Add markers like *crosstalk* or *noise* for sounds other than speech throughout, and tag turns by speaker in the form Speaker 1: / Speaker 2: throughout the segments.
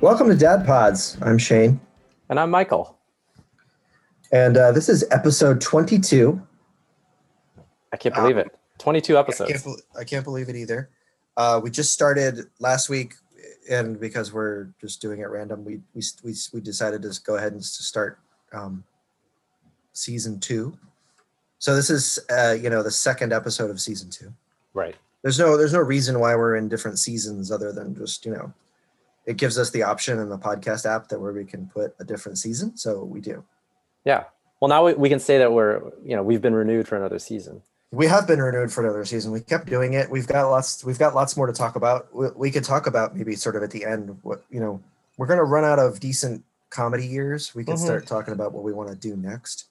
Speaker 1: Welcome to Dad Pods. I'm Shane,
Speaker 2: And I'm Michael.
Speaker 1: and uh, this is episode 22.
Speaker 2: I can't
Speaker 3: Ah.
Speaker 2: believe it. 22
Speaker 3: I can't,
Speaker 2: episodes.
Speaker 3: bel I can't believe it either. Uh, we just started last week, and because we're just doing it random, we we s- we, s- we decided to s- go ahead and s- to start um, season two. So this is uh, you know the second episode of season two.
Speaker 2: Right.
Speaker 3: There's no there's no reason why we're in different seasons other than just you know it gives us the option in the podcast app that where we can put a different season. So we do.
Speaker 2: Yeah. Well, now we, we can say that we're, you know, we've been renewed for another season.
Speaker 3: we have been renewed for another season. We kept doing it. We've got lots. We've got lots more to talk about. We, we could talk about maybe sort of at the end. What you know, we're gonna run out of decent comedy years. We can
Speaker 2: Mhm.
Speaker 3: start talking about what we want to do next.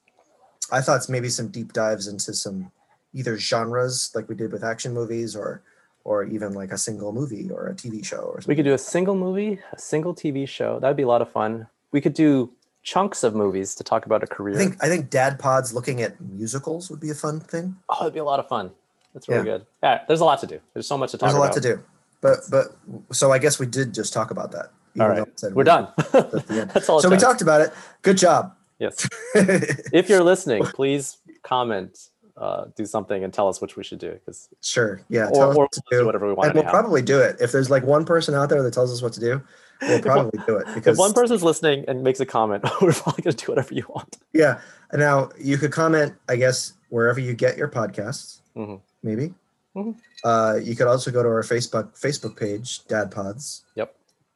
Speaker 3: I thought it's maybe some deep dives into some either genres like we did with action movies, or or even like a single movie or a TV show or something.
Speaker 2: We could do a single movie, a single TV show. That'd be a lot of fun. We could do chunks of movies to talk about a career.
Speaker 3: I think I think Dad Pods looking at musicals would be a fun thing.
Speaker 2: oh, it'd be a lot of fun. That's really good. Yeah. There's a lot to do. There's so much to talk
Speaker 3: There's a
Speaker 2: about.
Speaker 3: lot to do, but but so I guess we did just talk about that. even
Speaker 2: All
Speaker 3: though
Speaker 2: right.
Speaker 3: it said
Speaker 2: We're
Speaker 3: we- *laughs*
Speaker 2: done.
Speaker 3: the end.
Speaker 2: That's all.
Speaker 3: so
Speaker 2: it's
Speaker 3: we
Speaker 2: done.
Speaker 3: talked about it. Good job. *laughs*
Speaker 2: Yes. If you're listening, please comment, uh, do something, and tell us which we should do. Because
Speaker 3: sure. Yeah. tell
Speaker 2: or,
Speaker 3: us
Speaker 2: or
Speaker 3: what to
Speaker 2: we'll do
Speaker 3: do.
Speaker 2: whatever we
Speaker 3: And
Speaker 2: want.
Speaker 3: we'll
Speaker 2: anyhow.
Speaker 3: probably do it. If there's like one person out there that tells us what to do, we'll
Speaker 2: If one-
Speaker 3: probably do it because
Speaker 2: if one person's listening and makes a comment, *laughs* we're probably going to do whatever you want.
Speaker 3: yeah. Now you could comment, I guess, wherever you get your podcasts,
Speaker 2: Mhm.
Speaker 3: maybe.
Speaker 2: Mhm.
Speaker 3: Uh, you could also go to our Facebook Facebook page, Dad Pods.
Speaker 2: That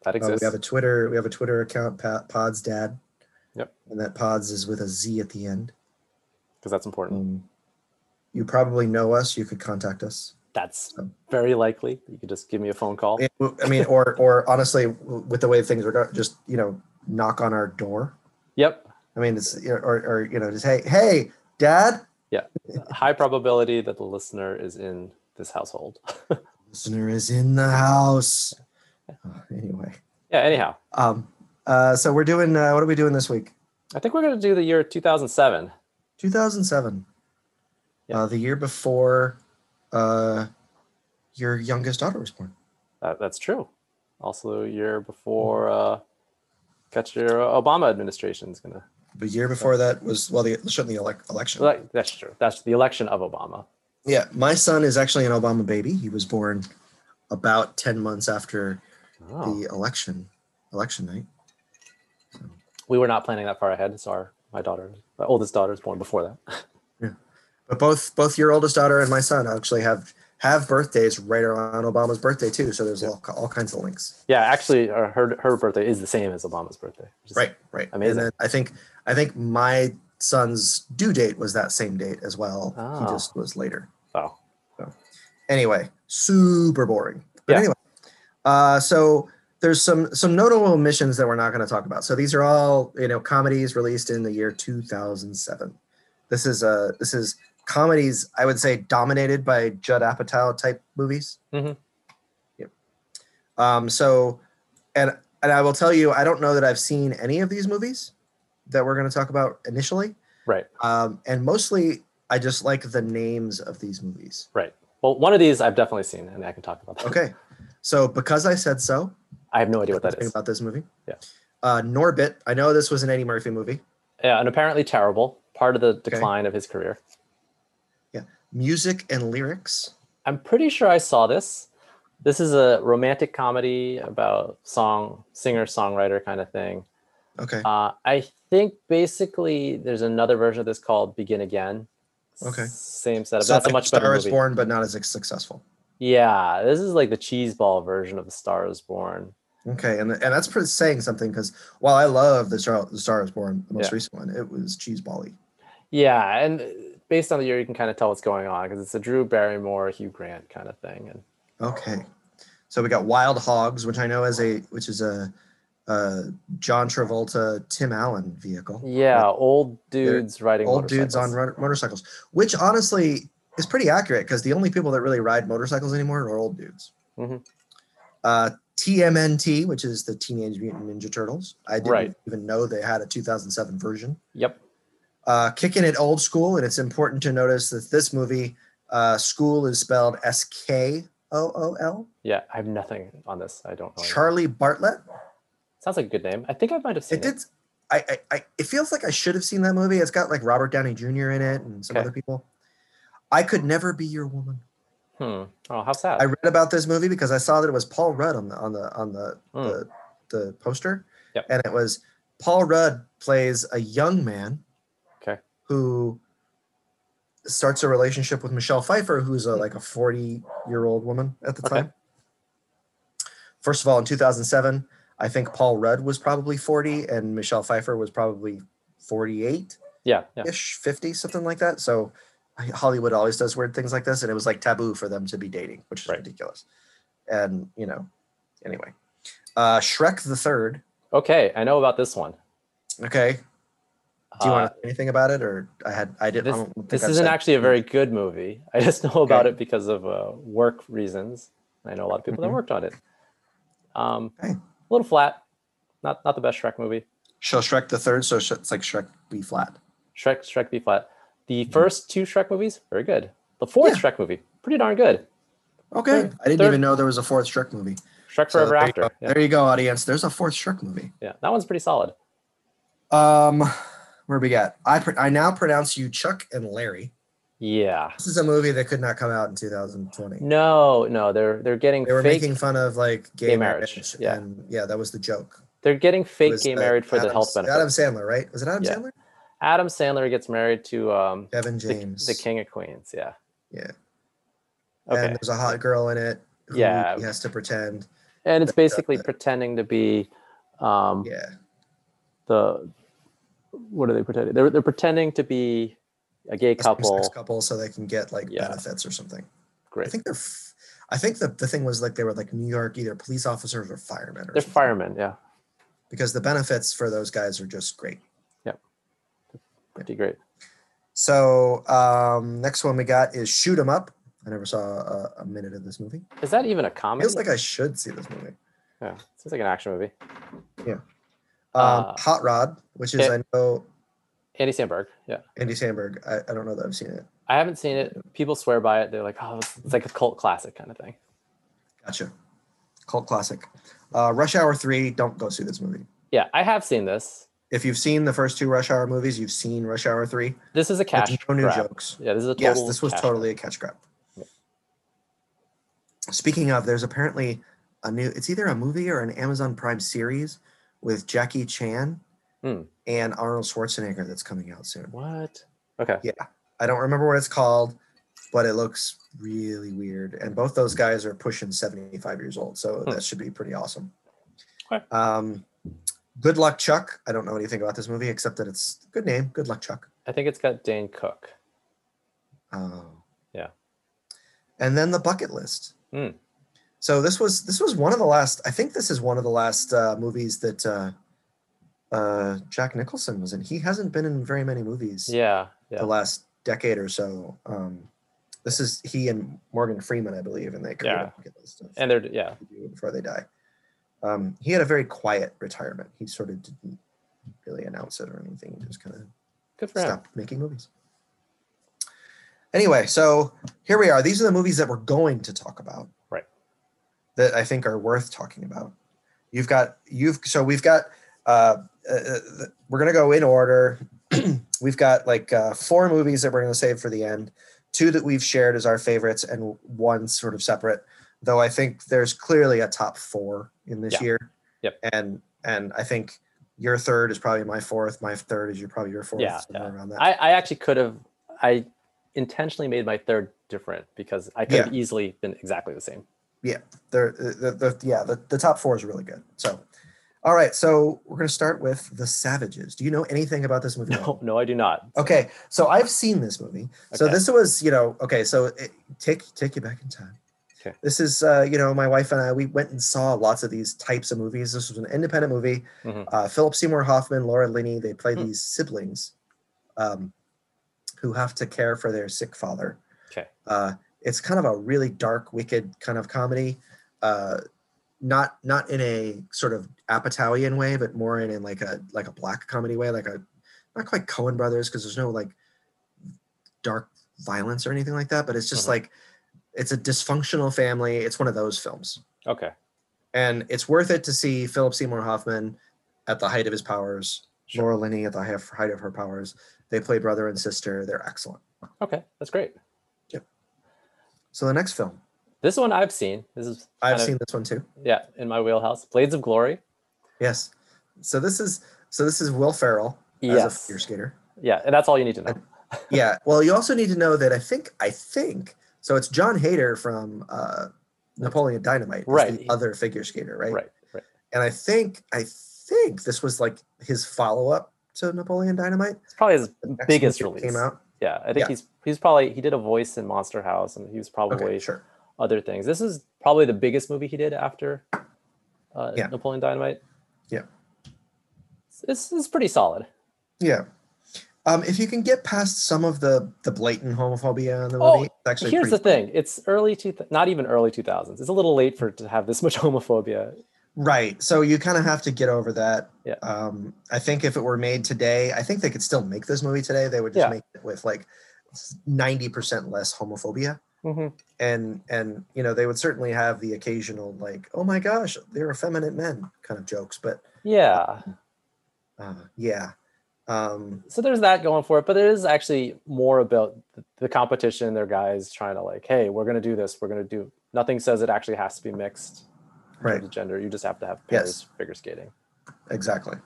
Speaker 3: Uh, we
Speaker 2: exists.
Speaker 3: have a Twitter. We have a Twitter account, pa- Pods Dad.
Speaker 2: Yep.
Speaker 3: And that Pods is with a Z at the end.
Speaker 2: because that's important.
Speaker 3: Um, you probably know us. You could contact us.
Speaker 2: That's
Speaker 3: Um,
Speaker 2: very likely. You could just give me a phone call.
Speaker 3: It- I mean, or or honestly, with the way things are going, just you know, knock on our door.
Speaker 2: Yep.
Speaker 3: I mean, it's you know, or or you know, just hey, hey, dad,
Speaker 2: High probability that the listener is in this household.
Speaker 3: listener is in the house. *sighs* Uh, Anyway,
Speaker 2: Yeah. Anyhow,
Speaker 3: um, uh, so we're doing. Uh, what are we doing this week?
Speaker 2: I think we're going to do the year 2007.
Speaker 3: 2007,
Speaker 2: Yeah.
Speaker 3: uh, the year before uh, your youngest daughter was born.
Speaker 2: That, that's true. Also, the year before, uh, got your uh, Obama administration is going to.
Speaker 3: The year before that was well, the certainly the elec- election.
Speaker 2: That's true. That's the election of Obama.
Speaker 3: Yeah, my son is actually an Obama baby. He was born about 10 months after
Speaker 2: Oh.
Speaker 3: the election election night.
Speaker 2: We were not planning that far ahead. So our my daughter, my oldest daughter, was born before that.
Speaker 3: But both both your oldest daughter and my son actually have have birthdays right around Obama's birthday too. So there's all, all kinds of links.
Speaker 2: Yeah, actually, uh, her her birthday is the same as Obama's birthday. which is-
Speaker 3: Right, right.
Speaker 2: Amazing.
Speaker 3: And then I think I think my son's due date was that same date as well. He
Speaker 2: Oh.
Speaker 3: just was later.
Speaker 2: Oh,
Speaker 3: Anyway, super boring. But
Speaker 2: Yeah.
Speaker 3: anyway, uh, so there's some some notable omissions that we're not going to talk about. So these are all you know comedies released in the year 2007. This is uh this is comedies I would say dominated by Judd Apatow type movies.
Speaker 2: Mhm.
Speaker 3: Yep. Um. So, and and I will tell you, I don't know that I've seen any of these movies that we're going to talk about initially.
Speaker 2: right.
Speaker 3: Um. And mostly, I just like the names of these movies.
Speaker 2: Well, one of these I've definitely seen, and I can talk about that.
Speaker 3: Okay. So because I said so,
Speaker 2: I have no idea what that
Speaker 3: think
Speaker 2: is.
Speaker 3: about this movie.
Speaker 2: Yeah.
Speaker 3: Uh, Norbit. I know this was an Eddie Murphy movie.
Speaker 2: Yeah, and apparently terrible. Part of the decline of his career.
Speaker 3: Music and lyrics.
Speaker 2: I'm pretty sure I saw this. This is a romantic comedy about song singer songwriter kind of thing.
Speaker 3: Okay.
Speaker 2: Uh, I think basically there's another version of this called Begin Again.
Speaker 3: Okay.
Speaker 2: Same setup.
Speaker 3: So
Speaker 2: That's a
Speaker 3: like
Speaker 2: much
Speaker 3: Star
Speaker 2: better
Speaker 3: is
Speaker 2: movie.
Speaker 3: Born, but not as successful.
Speaker 2: Yeah, this is like the cheeseball version of The Star Is Born.
Speaker 3: Okay, and and that's pretty saying something because while I love the Star, the Star is Born, the most
Speaker 2: Yeah.
Speaker 3: recent one, it was cheeseball-y.
Speaker 2: Yeah, and uh, based on the year, you can kind of tell what's going on because it's a Drew Barrymore, Hugh Grant kind of thing. And
Speaker 3: Okay, so we got Wild Hogs, which I know is a which is a, uh John Travolta, Tim Allen vehicle.
Speaker 2: yeah, old dudes riding
Speaker 3: old dudes on
Speaker 2: motorcycles.
Speaker 3: ro- motorcycles, which honestly is pretty accurate because the only people that really ride motorcycles anymore are old dudes.
Speaker 2: Mhm.
Speaker 3: Uh, TMNT, which is the Teenage Mutant Ninja Turtles. I didn't
Speaker 2: Right.
Speaker 3: even know they had a 2007 version.
Speaker 2: Yep.
Speaker 3: Uh, Kicking It Old School, and it's important to notice that this movie, uh, school is spelled S K O O L.
Speaker 2: Oh, Yeah, I have nothing on this. I don't know. anything.
Speaker 3: Charlie Bartlett.
Speaker 2: Is Sounds like a good name. I think I might have seen
Speaker 3: It
Speaker 2: it.
Speaker 3: did. I, I, I it feels like I should have seen that movie. It's got like Robert Downey Jr. in it and some
Speaker 2: Okay.
Speaker 3: other people. I could never be your woman.
Speaker 2: Hmm. Oh, how sad.
Speaker 3: I read about this movie because I saw that it was Paul Rudd on the on the on the
Speaker 2: Hmm.
Speaker 3: the, the poster,
Speaker 2: Yep.
Speaker 3: and it was Paul Rudd plays a young man,
Speaker 2: Okay.
Speaker 3: who starts a relationship with Michelle Pfeiffer, who's a, like a forty year old woman at the
Speaker 2: Okay.
Speaker 3: time. First of all, in two thousand seven, I think Paul Rudd was probably forty, and Michelle Pfeiffer was probably forty eight
Speaker 2: yeah. Yeah.
Speaker 3: ish, 50, something like that. So Hollywood always does weird things like this. And it was like taboo for them to be dating, which is
Speaker 2: Right.
Speaker 3: ridiculous. And, you know, anyway. Uh, Shrek the Third.
Speaker 2: Okay. I know about this one.
Speaker 3: Okay. Do you
Speaker 2: Uh,
Speaker 3: want to say anything about it? Or I had, I didn't. I
Speaker 2: this
Speaker 3: don't think
Speaker 2: this
Speaker 3: I've
Speaker 2: isn't
Speaker 3: said-
Speaker 2: actually a very good movie. *laughs* I just know about it because of uh, work reasons. I know a lot of people
Speaker 3: Mhm.
Speaker 2: that worked on it. Um,
Speaker 3: Okay.
Speaker 2: A little flat. Not not the best Shrek movie.
Speaker 3: So Shrek the Third. So sh- it's like Shrek B flat.
Speaker 2: Shrek Shrek B flat.
Speaker 3: Mm-hmm.
Speaker 2: The first two Shrek movies very good. The fourth Shrek movie pretty darn good.
Speaker 3: Okay.
Speaker 2: Third-
Speaker 3: I didn't
Speaker 2: third-
Speaker 3: even know there was a fourth Shrek movie.
Speaker 2: Shrek
Speaker 3: So
Speaker 2: Forever
Speaker 3: there you
Speaker 2: After.
Speaker 3: go.
Speaker 2: Yeah,
Speaker 3: There you go, audience. There's a fourth Shrek movie.
Speaker 2: yeah, that one's pretty solid.
Speaker 3: Um, where we got? I pr- I now pronounce you Chuck and Larry.
Speaker 2: Yeah.
Speaker 3: This is a movie that could not come out in 2020.
Speaker 2: No, no, they're they're getting
Speaker 3: they were
Speaker 2: fake.
Speaker 3: making fun of like gay,
Speaker 2: Gay marriage,
Speaker 3: marriage,
Speaker 2: yeah.
Speaker 3: and yeah that was the joke
Speaker 2: They're getting
Speaker 3: It
Speaker 2: fake
Speaker 3: was,
Speaker 2: gay
Speaker 3: uh,
Speaker 2: married for the
Speaker 3: Adam-
Speaker 2: health benefit.
Speaker 3: adam
Speaker 2: Adam,
Speaker 3: sandler right was it adam
Speaker 2: Yeah.
Speaker 3: sandler
Speaker 2: Sandler gets married to um,
Speaker 3: kevin
Speaker 2: the-
Speaker 3: james
Speaker 2: the, King of Queens. Yeah.
Speaker 3: Yeah.
Speaker 2: Okay.
Speaker 3: and there's a hot girl in it who
Speaker 2: Yeah.
Speaker 3: he has to pretend
Speaker 2: and it's
Speaker 3: that- that-
Speaker 2: basically
Speaker 3: that-
Speaker 2: pretending to be um,
Speaker 3: yeah
Speaker 2: the what are they pretending? They're they're pretending to be a
Speaker 3: a
Speaker 2: gay
Speaker 3: same-sex
Speaker 2: couple.
Speaker 3: couple so they can get like
Speaker 2: Yeah.
Speaker 3: benefits or something i
Speaker 2: Great.
Speaker 3: think they're f- i think the, the thing was like they were like new york either police officers or firemen or
Speaker 2: They're
Speaker 3: something,
Speaker 2: firemen. Yeah,
Speaker 3: because the benefits for those guys are just great
Speaker 2: pretty great.
Speaker 3: so um next one we got is shoot 'em up i never saw a, a minute of this movie
Speaker 2: Is that even a comedy?
Speaker 3: feels like i should see this movie
Speaker 2: yeah, seems like an action movie.
Speaker 3: um,
Speaker 2: Uh,
Speaker 3: Hot Rod, which is
Speaker 2: it-
Speaker 3: I know
Speaker 2: Andy Samberg. Yeah,
Speaker 3: Andy Sandberg. I, I don't know that I've seen it.
Speaker 2: I haven't seen it. People swear by it. They're like, oh, it's it's like a cult classic kind of thing.
Speaker 3: Gotcha. Cult classic. Uh, Rush Hour Three. Don't go see this movie.
Speaker 2: Yeah, I have seen this.
Speaker 3: If you've seen the first two Rush Hour movies, you've seen Rush Hour Three.
Speaker 2: This is a
Speaker 3: There's
Speaker 2: cash
Speaker 3: no new
Speaker 2: grab.
Speaker 3: jokes.
Speaker 2: Yeah, this is a total.
Speaker 3: Yes, this was
Speaker 2: cash
Speaker 3: totally a catch grab. Speaking of, there's apparently a new. It's either a movie or an Amazon Prime series with Jackie Chan
Speaker 2: Hmm.
Speaker 3: and Arnold Schwarzenegger that's coming out soon.
Speaker 2: grab. What? Okay.
Speaker 3: Yeah, I don't remember what it's called, but it looks really weird. And both those guys are pushing 75 years old, so
Speaker 2: Hmm.
Speaker 3: that should be pretty awesome.
Speaker 2: Okay.
Speaker 3: Um, Good Luck Chuck. I don't know anything about this movie except that it's a good name. Good Luck Chuck.
Speaker 2: I think it's got Dane Cook.
Speaker 3: Oh.
Speaker 2: Yeah.
Speaker 3: And then the bucket list.
Speaker 2: Hmm.
Speaker 3: So this was this was one of the last. I think this is one of the last uh, movies that uh, uh, Jack Nicholson was in. He hasn't been in very many movies
Speaker 2: Yeah, yeah.
Speaker 3: the last decade or so. Um, this is he and Morgan Freeman, I believe, and they created yeah. stuff
Speaker 2: And they're yeah,
Speaker 3: to do before they die. Um, he had a very quiet retirement. He sort of didn't really announce it or anything. He just kind of
Speaker 2: good for him.
Speaker 3: stopped making movies. Anyway, so here we are. These are the movies that we're going to talk about.
Speaker 2: Right.
Speaker 3: That I think are worth talking about. You've got you've so we've got uh, uh, uh, we're gonna go in order. *clears throat* we've got like uh, four movies that we're gonna save for the end. Two that we've shared as our favorites, and one sort of separate. Though I think there's clearly a top four in this
Speaker 2: Yeah.
Speaker 3: year.
Speaker 2: Yep.
Speaker 3: And and I think your third is probably my fourth. My third is your probably your fourth.
Speaker 2: Yeah,
Speaker 3: somewhere around that.
Speaker 2: I, I actually could have I intentionally made my third different because I could have easily been exactly the same.
Speaker 3: they're, uh, the, the, the, yeah, the, the top four is really good. So, all right. So we're going to start with The Savages. Do you know anything about this movie? at
Speaker 2: No,
Speaker 3: all?
Speaker 2: no, I do not.
Speaker 3: Okay. So I've seen this movie. So
Speaker 2: Okay.
Speaker 3: this was, you know, okay. So it, take, take you back in time.
Speaker 2: Okay.
Speaker 3: This is, uh, you know, my wife and I, we went and saw lots of these types of movies. This was an independent movie.
Speaker 2: Mhm.
Speaker 3: Uh, Philip Seymour Hoffman, Laura Linney, they play
Speaker 2: Hmm.
Speaker 3: these siblings um, who have to care for their sick father.
Speaker 2: Okay.
Speaker 3: Uh, it's kind of a really dark, wicked kind of comedy. Uh, not not in a sort of Apatowian way, but more in, in like a like a black comedy way, like a not quite Cohen Brothers because there's no like dark violence or anything like that. But it's just
Speaker 2: Mhm.
Speaker 3: like it's a dysfunctional family. It's one of those films,
Speaker 2: Okay.
Speaker 3: and it's worth it to see Philip Seymour Hoffman at the height of his powers,
Speaker 2: Sure.
Speaker 3: Laura Linney at the hei- height of her powers. They play brother and sister. They're excellent.
Speaker 2: Okay, that's great.
Speaker 3: So the next film,
Speaker 2: This one I've seen. This is
Speaker 3: I've
Speaker 2: kind of-
Speaker 3: seen this one too.
Speaker 2: yeah in my wheelhouse. Blades of Glory.
Speaker 3: Yes. So this is so this is Will Ferrell as a
Speaker 2: Yes.
Speaker 3: figure skater.
Speaker 2: Yeah, and that's all you need to know.
Speaker 3: yeah. Well, you also need to know that I think I think so. It's John Hader from uh, Napoleon Dynamite, is
Speaker 2: Right.
Speaker 3: The other figure skater, right?
Speaker 2: Right, right.
Speaker 3: And I think I think this was like his follow up to Napoleon Dynamite.
Speaker 2: It's probably his
Speaker 3: The next one
Speaker 2: biggest
Speaker 3: that
Speaker 2: release.
Speaker 3: came out.
Speaker 2: Yeah, I think
Speaker 3: Yeah.
Speaker 2: he's he's probably he did a voice in Monster House, and he was probably
Speaker 3: Okay, sure.
Speaker 2: other things. This is probably the biggest movie he did after uh,
Speaker 3: Yeah.
Speaker 2: Napoleon Dynamite.
Speaker 3: Yeah.
Speaker 2: This is pretty solid.
Speaker 3: Yeah. Um, if you can get past some of the the blatant homophobia in the
Speaker 2: Oh,
Speaker 3: movie, it's actually
Speaker 2: Here's the
Speaker 3: pretty-
Speaker 2: thing: it's early two, not even early two thousands. It's a little late for to have this much *laughs* homophobia.
Speaker 3: Right. So you kind of have to get over that.
Speaker 2: Yeah.
Speaker 3: Um, I think if it were made today, I think they could still make this movie today. They would just
Speaker 2: Yeah.
Speaker 3: make it with like 90% less homophobia.
Speaker 2: hmm
Speaker 3: And and you know, they would certainly have the occasional like, oh my gosh, they're effeminate men kind of jokes. But
Speaker 2: Yeah,
Speaker 3: uh, yeah. Um,
Speaker 2: so there's that going for it, but there is actually more about th- the competition. Their guys trying to like, hey, we're gonna do this. We're gonna do. Nothing says it actually has to be mixed. in
Speaker 3: right,
Speaker 2: terms of Gender. You just have to have
Speaker 3: Yes.
Speaker 2: pairs figure skating.
Speaker 3: exactly.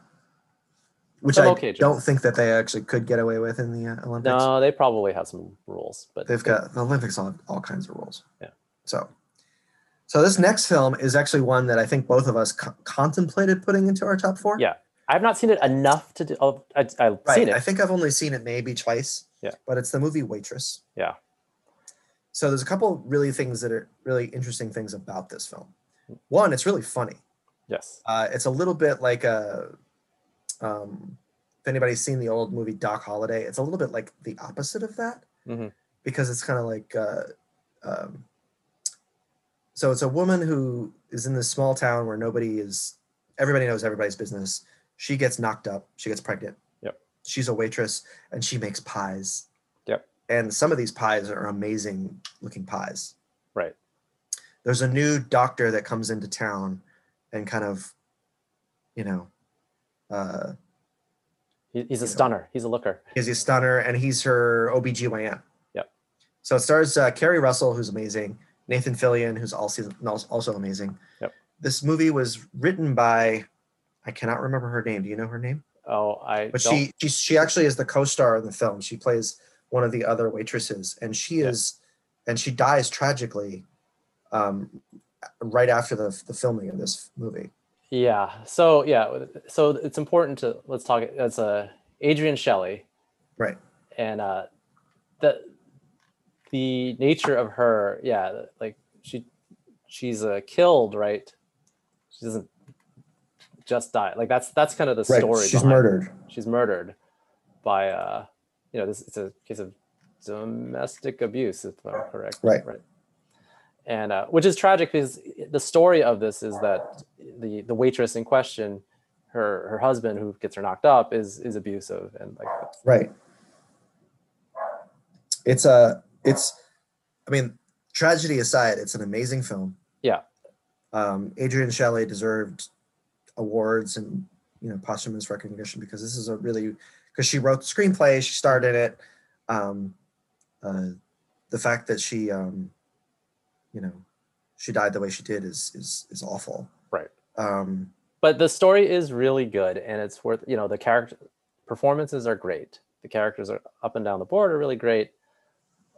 Speaker 3: Which
Speaker 2: Some
Speaker 3: I
Speaker 2: occasions.
Speaker 3: don't think that they actually could get away with in the uh, Olympics.
Speaker 2: No, they probably have some rules, but
Speaker 3: They've got the Olympics all all kinds of rules.
Speaker 2: Yeah.
Speaker 3: So, so this next film is actually one that I think both of us co- contemplated putting into our top four.
Speaker 2: Yeah, I've not seen it enough to do. Oh, I, I've
Speaker 3: Right.
Speaker 2: seen it.
Speaker 3: I think I've only seen it maybe twice.
Speaker 2: Yeah.
Speaker 3: But it's the movie Waitress.
Speaker 2: Yeah.
Speaker 3: So there's a couple really things that are really interesting things about this film. One, it's really funny.
Speaker 2: yes.
Speaker 3: Uh, it's a little bit like a. Um, if anybody's seen the old movie Doc Holiday, it's a little bit like the opposite of that
Speaker 2: Mhm.
Speaker 3: because it's kind of like. Uh, um, so it's a woman who is in this small town where nobody is, everybody knows everybody's business. She gets knocked up. She gets pregnant.
Speaker 2: Yep.
Speaker 3: She's a waitress and she makes pies.
Speaker 2: Yep.
Speaker 3: And some of these pies are amazing looking pies.
Speaker 2: Right.
Speaker 3: There's a new doctor that comes into town and kind of, you know, uh,
Speaker 2: He, he's a
Speaker 3: you know.
Speaker 2: stunner. He's a looker.
Speaker 3: is a stunner and he's her OBGYN.
Speaker 2: Yep.
Speaker 3: So it stars uh, Carrie Russell, who's amazing, Nathan Fillion, who's all season, als- also amazing.
Speaker 2: Yep.
Speaker 3: This movie was written by, I cannot remember her name. Do you know her name?
Speaker 2: Oh, I.
Speaker 3: But
Speaker 2: don't-
Speaker 3: she, she she actually is the co-star in the film. She plays one of the other waitresses, and she
Speaker 2: Yeah.
Speaker 3: is, and she dies tragically, um, right after the the filming of this movie.
Speaker 2: Yeah. So yeah. So it's important to let's talk. That's uh, Adrian Shelley.
Speaker 3: Right.
Speaker 2: And uh, the the nature of her, yeah, like she she's uh, killed, right? She doesn't just die. Like that's that's kind of the story.
Speaker 3: She's
Speaker 2: behind-
Speaker 3: murdered.
Speaker 2: she's murdered by uh you know this it's a case of domestic abuse if i'm correct
Speaker 3: Right.
Speaker 2: right and uh, which is tragic because the story of this is that the the waitress in question her her husband who gets her knocked up is is abusive and like
Speaker 3: Right. It's a it's I mean, tragedy aside, it's an amazing film.
Speaker 2: Yeah.
Speaker 3: Um, Adrian Shelley deserved awards and you know posthumous recognition because this is a really because she wrote the screenplay, she starred in it. Um, uh, the fact that she um, you know she died the way she did is is is awful.
Speaker 2: Right.
Speaker 3: Um,
Speaker 2: but the story is really good and it's worth you know the character performances are great the characters are up and down the board are really great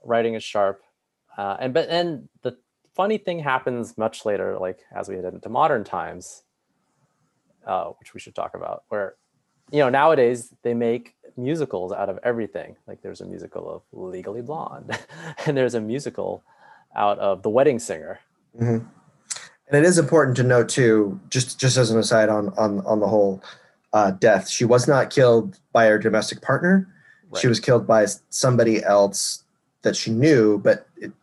Speaker 2: writing is sharp uh, and but and the funny thing happens much later like as we head into modern times uh, which we should talk about where you know nowadays they make musicals out of everything like there's a musical of legally blonde *laughs* and there's a musical out of the wedding singer
Speaker 3: Mhm. And it is important to note too, just just as an aside on on on the whole uh, death, she was not killed by her domestic partner. She
Speaker 2: Right.
Speaker 3: was killed by s- somebody else that she knew, but it,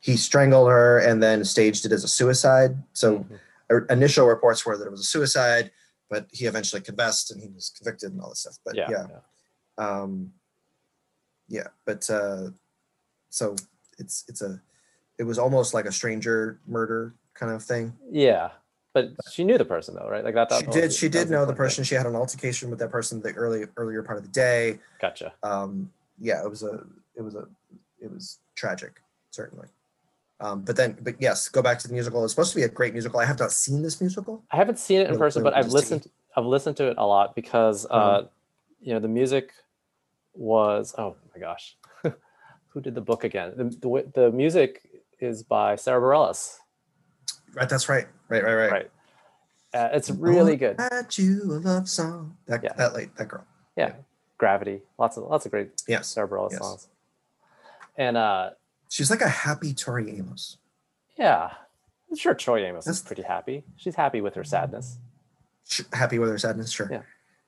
Speaker 3: he strangled her and then staged it as a suicide. So
Speaker 2: Mhm.
Speaker 3: or- initial reports were that it was a suicide, but he eventually confessed and he was convicted and all this stuff. But yeah,
Speaker 2: yeah
Speaker 3: um, yeah, but uh, so it's it's a it was almost like a stranger murder kind of thing.
Speaker 2: Yeah, But she knew the person though, right? Like that. that
Speaker 3: she
Speaker 2: was-
Speaker 3: did. She
Speaker 2: that was
Speaker 3: did know the
Speaker 2: important, right?
Speaker 3: person. She had an altercation with that person the early earlier part of the day.
Speaker 2: Gotcha.
Speaker 3: Um, yeah, it was a. It was a. It was tragic, certainly. Um, but then, but yes, go back to the musical. It's supposed to be a great musical. I have not seen this musical.
Speaker 2: I haven't seen it in
Speaker 3: Really
Speaker 2: person, but
Speaker 3: clear
Speaker 2: I've
Speaker 3: with this
Speaker 2: listened. I've listened to it a lot because, uh,
Speaker 3: Uh-huh.
Speaker 2: you know, the music was. Oh my gosh, *laughs* who did the book again? The, the wi- the music is by Sarah Bareilles.
Speaker 3: Right. That's right. Right. Right. Right.
Speaker 2: Right. Uh, it's really good.
Speaker 3: At you a love song. That
Speaker 2: Yeah.
Speaker 3: that like that girl.
Speaker 2: Gravity. Lots of lots of great
Speaker 3: Yes.
Speaker 2: Sarah Bareilles
Speaker 3: Yes.
Speaker 2: songs. And uh,
Speaker 3: She's like a happy Tori Amos.
Speaker 2: yeah, I'm sure Troy Amos is
Speaker 3: That's-
Speaker 2: pretty happy. She's happy with her sadness.
Speaker 3: Sh- happy with her sadness. Sure.
Speaker 2: Yeah.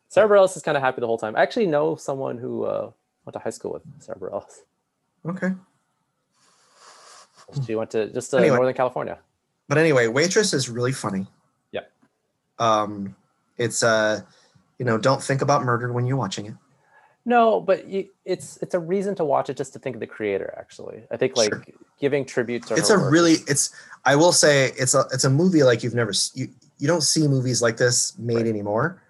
Speaker 2: Sarah Bareilles is kind of happy the whole time. I actually know someone who uh, went to high school with Sarah Bareilles.
Speaker 3: Okay.
Speaker 2: She went to just uh,
Speaker 3: Hmm. Anyway.
Speaker 2: Northern California.
Speaker 3: But anyway, waitress is really funny.
Speaker 2: Yeah.
Speaker 3: Um, it's uh, you know, don't think about murder when you're watching it.
Speaker 2: No, but you, it's it's a reason to watch it just to think of the creator. Actually, I think like
Speaker 3: Sure.
Speaker 2: giving tribute to
Speaker 3: It's
Speaker 2: her
Speaker 3: a
Speaker 2: work.
Speaker 3: really it's. I will say it's a it's a movie like you've never s- you you don't see movies like this made anymore.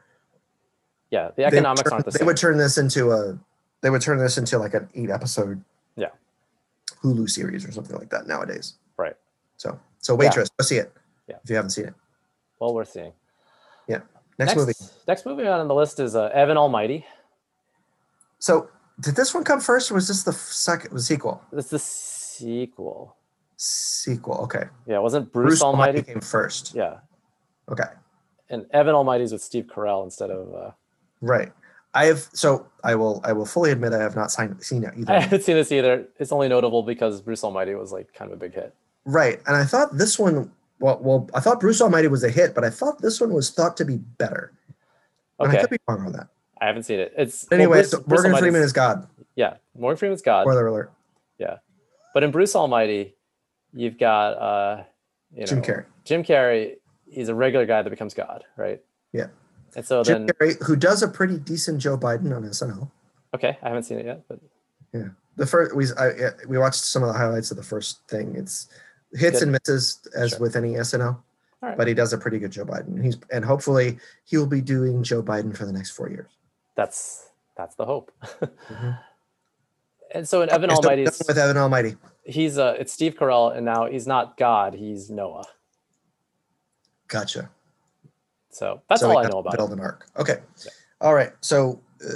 Speaker 2: yeah. The
Speaker 3: They would
Speaker 2: economics
Speaker 3: turn-
Speaker 2: aren't the
Speaker 3: They
Speaker 2: same.
Speaker 3: would turn this into a they would turn this into like an eight episode.
Speaker 2: Yeah.
Speaker 3: Hulu series or something like that nowadays.
Speaker 2: Right.
Speaker 3: So so waitress, go see it.
Speaker 2: Yeah.
Speaker 3: If you haven't seen it,
Speaker 2: well worth seeing.
Speaker 3: next movie.
Speaker 2: Next movie on the list is uh, Evan Almighty.
Speaker 3: So did this one come first, or was this the f- second was sequel?
Speaker 2: It's the sequel.
Speaker 3: Sequel. Okay.
Speaker 2: Yeah, wasn't Bruce, Almighty?
Speaker 3: came first.
Speaker 2: Yeah,
Speaker 3: Okay.
Speaker 2: and Evan Almighty's with Steve Carell instead of. Uh, *laughs*
Speaker 3: Right. I have so I will I will fully admit I have not signed, seen it
Speaker 2: I *laughs*
Speaker 3: either.
Speaker 2: haven't seen this either. It's only notable because Bruce Almighty was like kind of a big hit.
Speaker 3: right. And I thought this one well well I thought Bruce Almighty was a hit, but I thought this one was thought to be better. And I
Speaker 2: Okay,
Speaker 3: could be wrong on that.
Speaker 2: I haven't seen it. It's well,
Speaker 3: Anyway,
Speaker 2: Bruce-
Speaker 3: so
Speaker 2: Bruce
Speaker 3: Morgan
Speaker 2: Almighty's-
Speaker 3: Freeman is God.
Speaker 2: yeah, Morgan Freeman's God.
Speaker 3: Spoiler alert.
Speaker 2: But in Bruce Almighty, you've got uh, you know,
Speaker 3: Jim Carrey.
Speaker 2: Jim Carrey. He's a regular guy that becomes God, right?
Speaker 3: Yeah.
Speaker 2: And so
Speaker 3: Jim
Speaker 2: then,
Speaker 3: Carrey, who does a pretty decent Joe Biden on SNL.
Speaker 2: okay, I haven't seen it yet, but
Speaker 3: The first we I, yeah, we watched some of the highlights of the first thing. It's hits
Speaker 2: Good.
Speaker 3: and misses as
Speaker 2: Sure.
Speaker 3: with any SNL,
Speaker 2: All right.
Speaker 3: but he does a pretty good Joe Biden. He's and hopefully he will be doing Joe Biden for the next four years.
Speaker 2: that's that's the hope. *laughs* Mm-hmm.
Speaker 3: Mhm.
Speaker 2: and so in Evan
Speaker 3: Okay, so
Speaker 2: Almighty,
Speaker 3: done with Evan Almighty.
Speaker 2: he's uh, it's Steve Carell, and now he's not God, he's Noah.
Speaker 3: Gotcha.
Speaker 2: So that's
Speaker 3: So we
Speaker 2: all I
Speaker 3: have
Speaker 2: know
Speaker 3: to
Speaker 2: about it.
Speaker 3: Build an arc. Okay.
Speaker 2: Yeah.
Speaker 3: All right. So uh,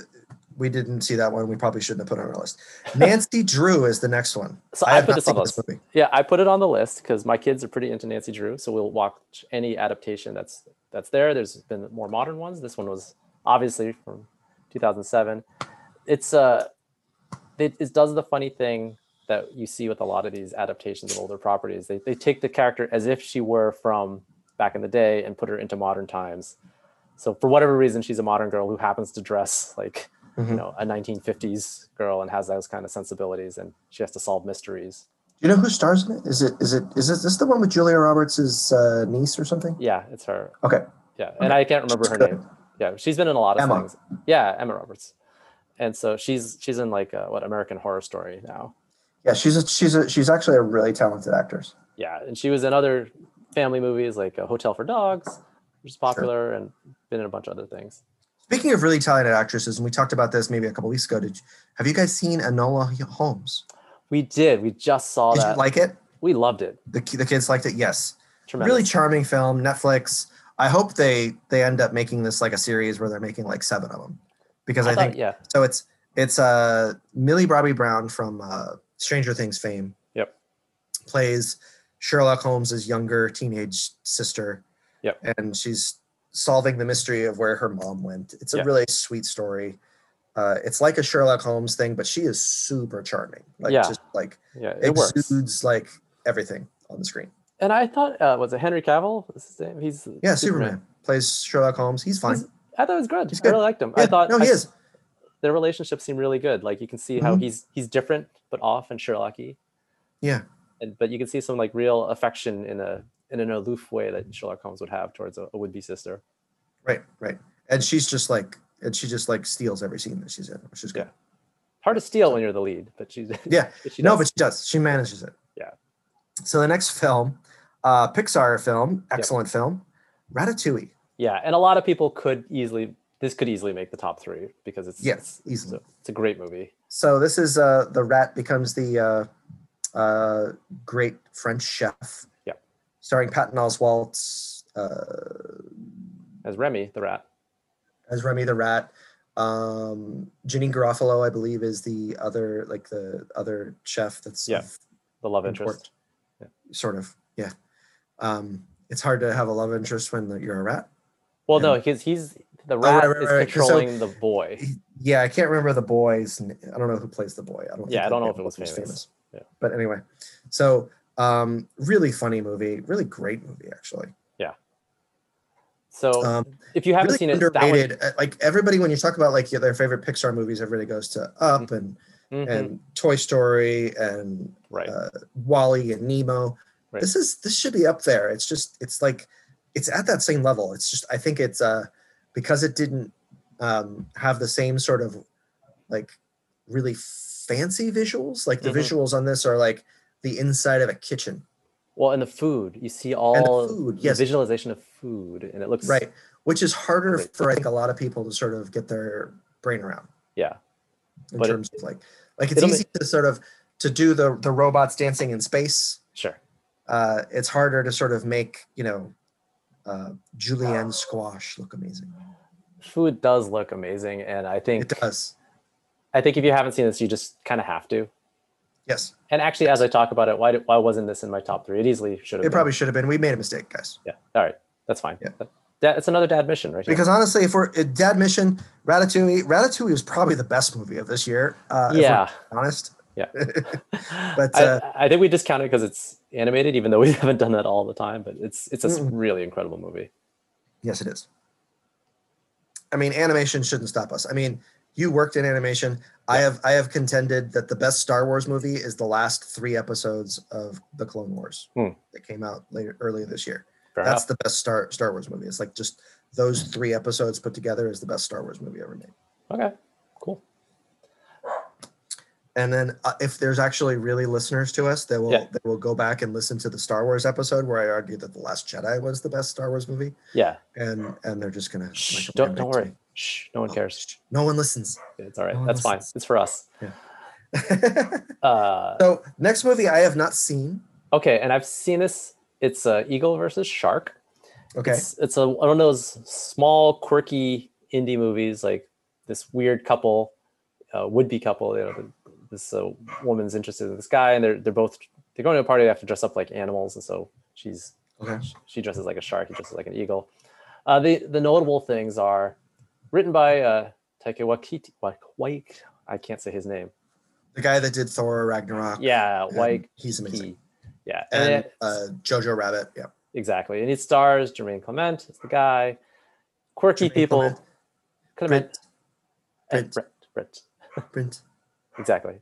Speaker 3: we didn't see that one. We probably shouldn't have put it on our list. *laughs* Nancy Drew is the next one.
Speaker 2: So I,
Speaker 3: have
Speaker 2: put
Speaker 3: not
Speaker 2: this on
Speaker 3: seen
Speaker 2: the list.
Speaker 3: movie.
Speaker 2: Yeah, I put it on the list because my kids are pretty into Nancy Drew, so we'll watch any adaptation that's that's there. There's been more modern ones. This one was obviously from 2007. It's uh, it, it does the funny thing that you see with a lot of these adaptations of older properties. They they take the character as if she were from back in the day and put her into modern times. So for whatever reason, she's a modern girl who happens to dress like you
Speaker 3: Mhm.
Speaker 2: know a 1950s girl and has those kind of sensibilities, and she has to solve mysteries.
Speaker 3: Do you know who stars in it? Is it is it is this, this the one with Julia Roberts' uh, niece or something?
Speaker 2: Yeah, it's her.
Speaker 3: Okay.
Speaker 2: Yeah, and I can't remember her
Speaker 3: Good.
Speaker 2: name. Yeah, she's been in a lot of
Speaker 3: Emma.
Speaker 2: things. Yeah, Emma Roberts. And so she's she's in like uh what American Horror Story now.
Speaker 3: Yeah, she's a, she's a, she's actually a really talented actress.
Speaker 2: Yeah, and she was in other family movies like uh, Hotel for Dogs, which is popular, and been in a bunch of other things.
Speaker 3: Speaking of really talented actresses, and we talked about this maybe a couple weeks ago. Did you, have you guys seen Enola Holmes?
Speaker 2: We did. We just saw
Speaker 3: Did
Speaker 2: that.
Speaker 3: you like it?
Speaker 2: we loved it.
Speaker 3: The ki- the kids liked it. Yes.
Speaker 2: Tremendous.
Speaker 3: Really charming film. Netflix. I hope they they end up making this like a series where they're making like seven of them, because I,
Speaker 2: thought,
Speaker 3: think
Speaker 2: yeah,
Speaker 3: so. It's it's uh Millie Bobby Brown from uh, Stranger Things fame.
Speaker 2: Yep.
Speaker 3: Plays Sherlock Holmes' younger teenage sister.
Speaker 2: Yep.
Speaker 3: And she's solving the mystery of where her mom went. It's a
Speaker 2: Yeah.
Speaker 3: really sweet story. Uh, it's like a Sherlock Holmes thing, but she is super charming. Like
Speaker 2: Yeah.
Speaker 3: just like
Speaker 2: yeah, it
Speaker 3: exudes
Speaker 2: works.
Speaker 3: like everything on the screen.
Speaker 2: And I thought, uh, was it Henry Cavill? Is his name? He's
Speaker 3: Yeah, Superman, plays Sherlock Holmes. He's fine.
Speaker 2: He's- I thought it was good.
Speaker 3: He's
Speaker 2: I
Speaker 3: good.
Speaker 2: really liked him.
Speaker 3: Yeah,
Speaker 2: I thought
Speaker 3: no, he
Speaker 2: I-
Speaker 3: is.
Speaker 2: their relationship seemed really good. Like you can see how
Speaker 3: Mhm.
Speaker 2: he's he's different but off and Sherlocky.
Speaker 3: Yeah.
Speaker 2: And but you can see some like real affection in a in an aloof way that Sherlock Holmes would have towards a, a would be sister.
Speaker 3: Right, right. And she's just like, and she just like steals every scene that she's in, which is good.
Speaker 2: Hard to steal when you're the lead, but she's
Speaker 3: Yeah.
Speaker 2: she *laughs*
Speaker 3: no,
Speaker 2: does.
Speaker 3: but she does. She manages it.
Speaker 2: Yeah.
Speaker 3: So the next film, uh, Pixar film, excellent film, Ratatouille.
Speaker 2: Yeah, and a lot of people could easily this could easily make the top three because it's
Speaker 3: Yes,
Speaker 2: it's,
Speaker 3: easily.
Speaker 2: a, it's a great movie.
Speaker 3: So this is uh, the rat becomes the uh, uh, great French chef.
Speaker 2: Yep.
Speaker 3: Starring Patton Oswalt uh,
Speaker 2: As Remy the rat,
Speaker 3: as Remy the rat. Um, Ginny Garofalo, I believe, is the other like the other chef that's
Speaker 2: Yeah.
Speaker 3: of
Speaker 2: the love
Speaker 3: import.
Speaker 2: interest.
Speaker 3: Sort of, yeah. Um, it's hard to have a love interest when you're a rat.
Speaker 2: Well,
Speaker 3: Yeah.
Speaker 2: no,
Speaker 3: Oh,
Speaker 2: because he's the
Speaker 3: right,
Speaker 2: rat
Speaker 3: right,
Speaker 2: is
Speaker 3: right, right. So-
Speaker 2: controlling the boy.
Speaker 3: yeah, I can't remember the boys. n- I don't know who plays the boy. I don't.
Speaker 2: Yeah,
Speaker 3: think
Speaker 2: I
Speaker 3: the
Speaker 2: don't know
Speaker 3: boy
Speaker 2: if it was famous. Yeah.
Speaker 3: But anyway, so um, really funny movie, really great movie actually.
Speaker 2: So
Speaker 3: Um,
Speaker 2: if you Oh, haven't
Speaker 3: really
Speaker 2: seen it, that one,
Speaker 3: underrated. uh, Like everybody, when you talk about like your- their favorite Pixar movies, everybody goes to Up and
Speaker 2: Mhm,
Speaker 3: and Toy Story and
Speaker 2: right,
Speaker 3: uh, Wally and Nemo.
Speaker 2: Right.
Speaker 3: This is this should be up there. It's just it's like it's at that same level. It's just I think it's uh because it didn't um have the same sort of like really fancy visuals. Like the
Speaker 2: Mhm.
Speaker 3: visuals on this are like the inside of a kitchen,
Speaker 2: well, and the food you see all
Speaker 3: food,
Speaker 2: the
Speaker 3: yes.
Speaker 2: visualization of food, and it looks
Speaker 3: right? Which is harder
Speaker 2: Right.
Speaker 3: for I think a lot of people to sort of get their brain around.
Speaker 2: Yeah,
Speaker 3: in
Speaker 2: But it-
Speaker 3: terms of like like it's
Speaker 2: it'll ma-
Speaker 3: easy to sort of to do the the robots dancing in space
Speaker 2: sure.
Speaker 3: uh it's harder to sort of make you know uh julianne squash look amazing
Speaker 2: Food does look amazing, and I
Speaker 3: it
Speaker 2: think
Speaker 3: does
Speaker 2: I think if you haven't seen this, you just kind of have to.
Speaker 3: yes
Speaker 2: And actually, as I talk about it, why did, why wasn't this in my top three? It easily should have.
Speaker 3: it
Speaker 2: been.
Speaker 3: probably should have been we made a mistake guys
Speaker 2: Yeah. All right. That's fine.
Speaker 3: Yeah.
Speaker 2: That, that's another dad mission, right? here.
Speaker 3: because honestly if we're uh, dad mission ratatouille ratatouille was probably the best movie of this year uh if we're
Speaker 2: yeah,
Speaker 3: honest *laughs* but,
Speaker 2: *laughs* I,
Speaker 3: uh,
Speaker 2: I think we discount it because it's animated, even though we *laughs* haven't done that all the time. But it's it's a s-
Speaker 3: Mm.
Speaker 2: really incredible movie.
Speaker 3: yes it is i mean animation shouldn't stop us i mean you worked in animation i have i have contended that the best star wars movie is the last three episodes of the clone wars
Speaker 2: Hmm.
Speaker 3: that came out later earlier this year
Speaker 2: Fair
Speaker 3: that's
Speaker 2: enough.
Speaker 3: the best star star wars movie it's like just those three episodes put together is the best star wars movie ever made
Speaker 2: Okay. Cool.
Speaker 3: and then uh, if there's actually really listeners to us they will
Speaker 2: Yeah.
Speaker 3: they will go back and listen to the star wars episode where i argued that the last jedi was the best star wars movie
Speaker 2: Yeah.
Speaker 3: and and they're just gonna
Speaker 2: Shh,
Speaker 3: like,
Speaker 2: don't
Speaker 3: come
Speaker 2: don't
Speaker 3: back to
Speaker 2: worry.
Speaker 3: me.
Speaker 2: Shh. No one
Speaker 3: Oh,
Speaker 2: cares.
Speaker 3: no one listens *laughs*
Speaker 2: It's all right.
Speaker 3: no one
Speaker 2: that's fine.
Speaker 3: listens.
Speaker 2: It's for us. Uh,
Speaker 3: So next movie I have not seen.
Speaker 2: okay. And I've seen this. It's uh, eagle versus shark.
Speaker 3: Okay.
Speaker 2: It's, it's a one of those small, quirky indie movies, like this weird couple, uh, would-be couple. You know, this uh, woman's interested in this guy, and they're they're both they're going to a party. They have to dress up like animals, and so she's
Speaker 3: Okay.
Speaker 2: she dresses like a shark. He dresses like an eagle. Uh, the the notable things are written by uh, Taika Waititi. Wa- Wait, I can't say his name.
Speaker 3: The guy that did Thor Ragnarok. *laughs*
Speaker 2: Yeah,
Speaker 3: and
Speaker 2: Waititi.
Speaker 3: He's amazing.
Speaker 2: Yeah, and
Speaker 3: And
Speaker 2: it-
Speaker 3: uh, Jojo Rabbit.
Speaker 2: *laughs*
Speaker 3: Yeah.
Speaker 2: exactly. And it stars Jermaine Clement is the guy. Quirky
Speaker 3: Jermaine
Speaker 2: people.
Speaker 3: Clement.
Speaker 2: Clement.
Speaker 3: Brent.
Speaker 2: and Brett. Brett.
Speaker 3: Print.
Speaker 2: Exactly.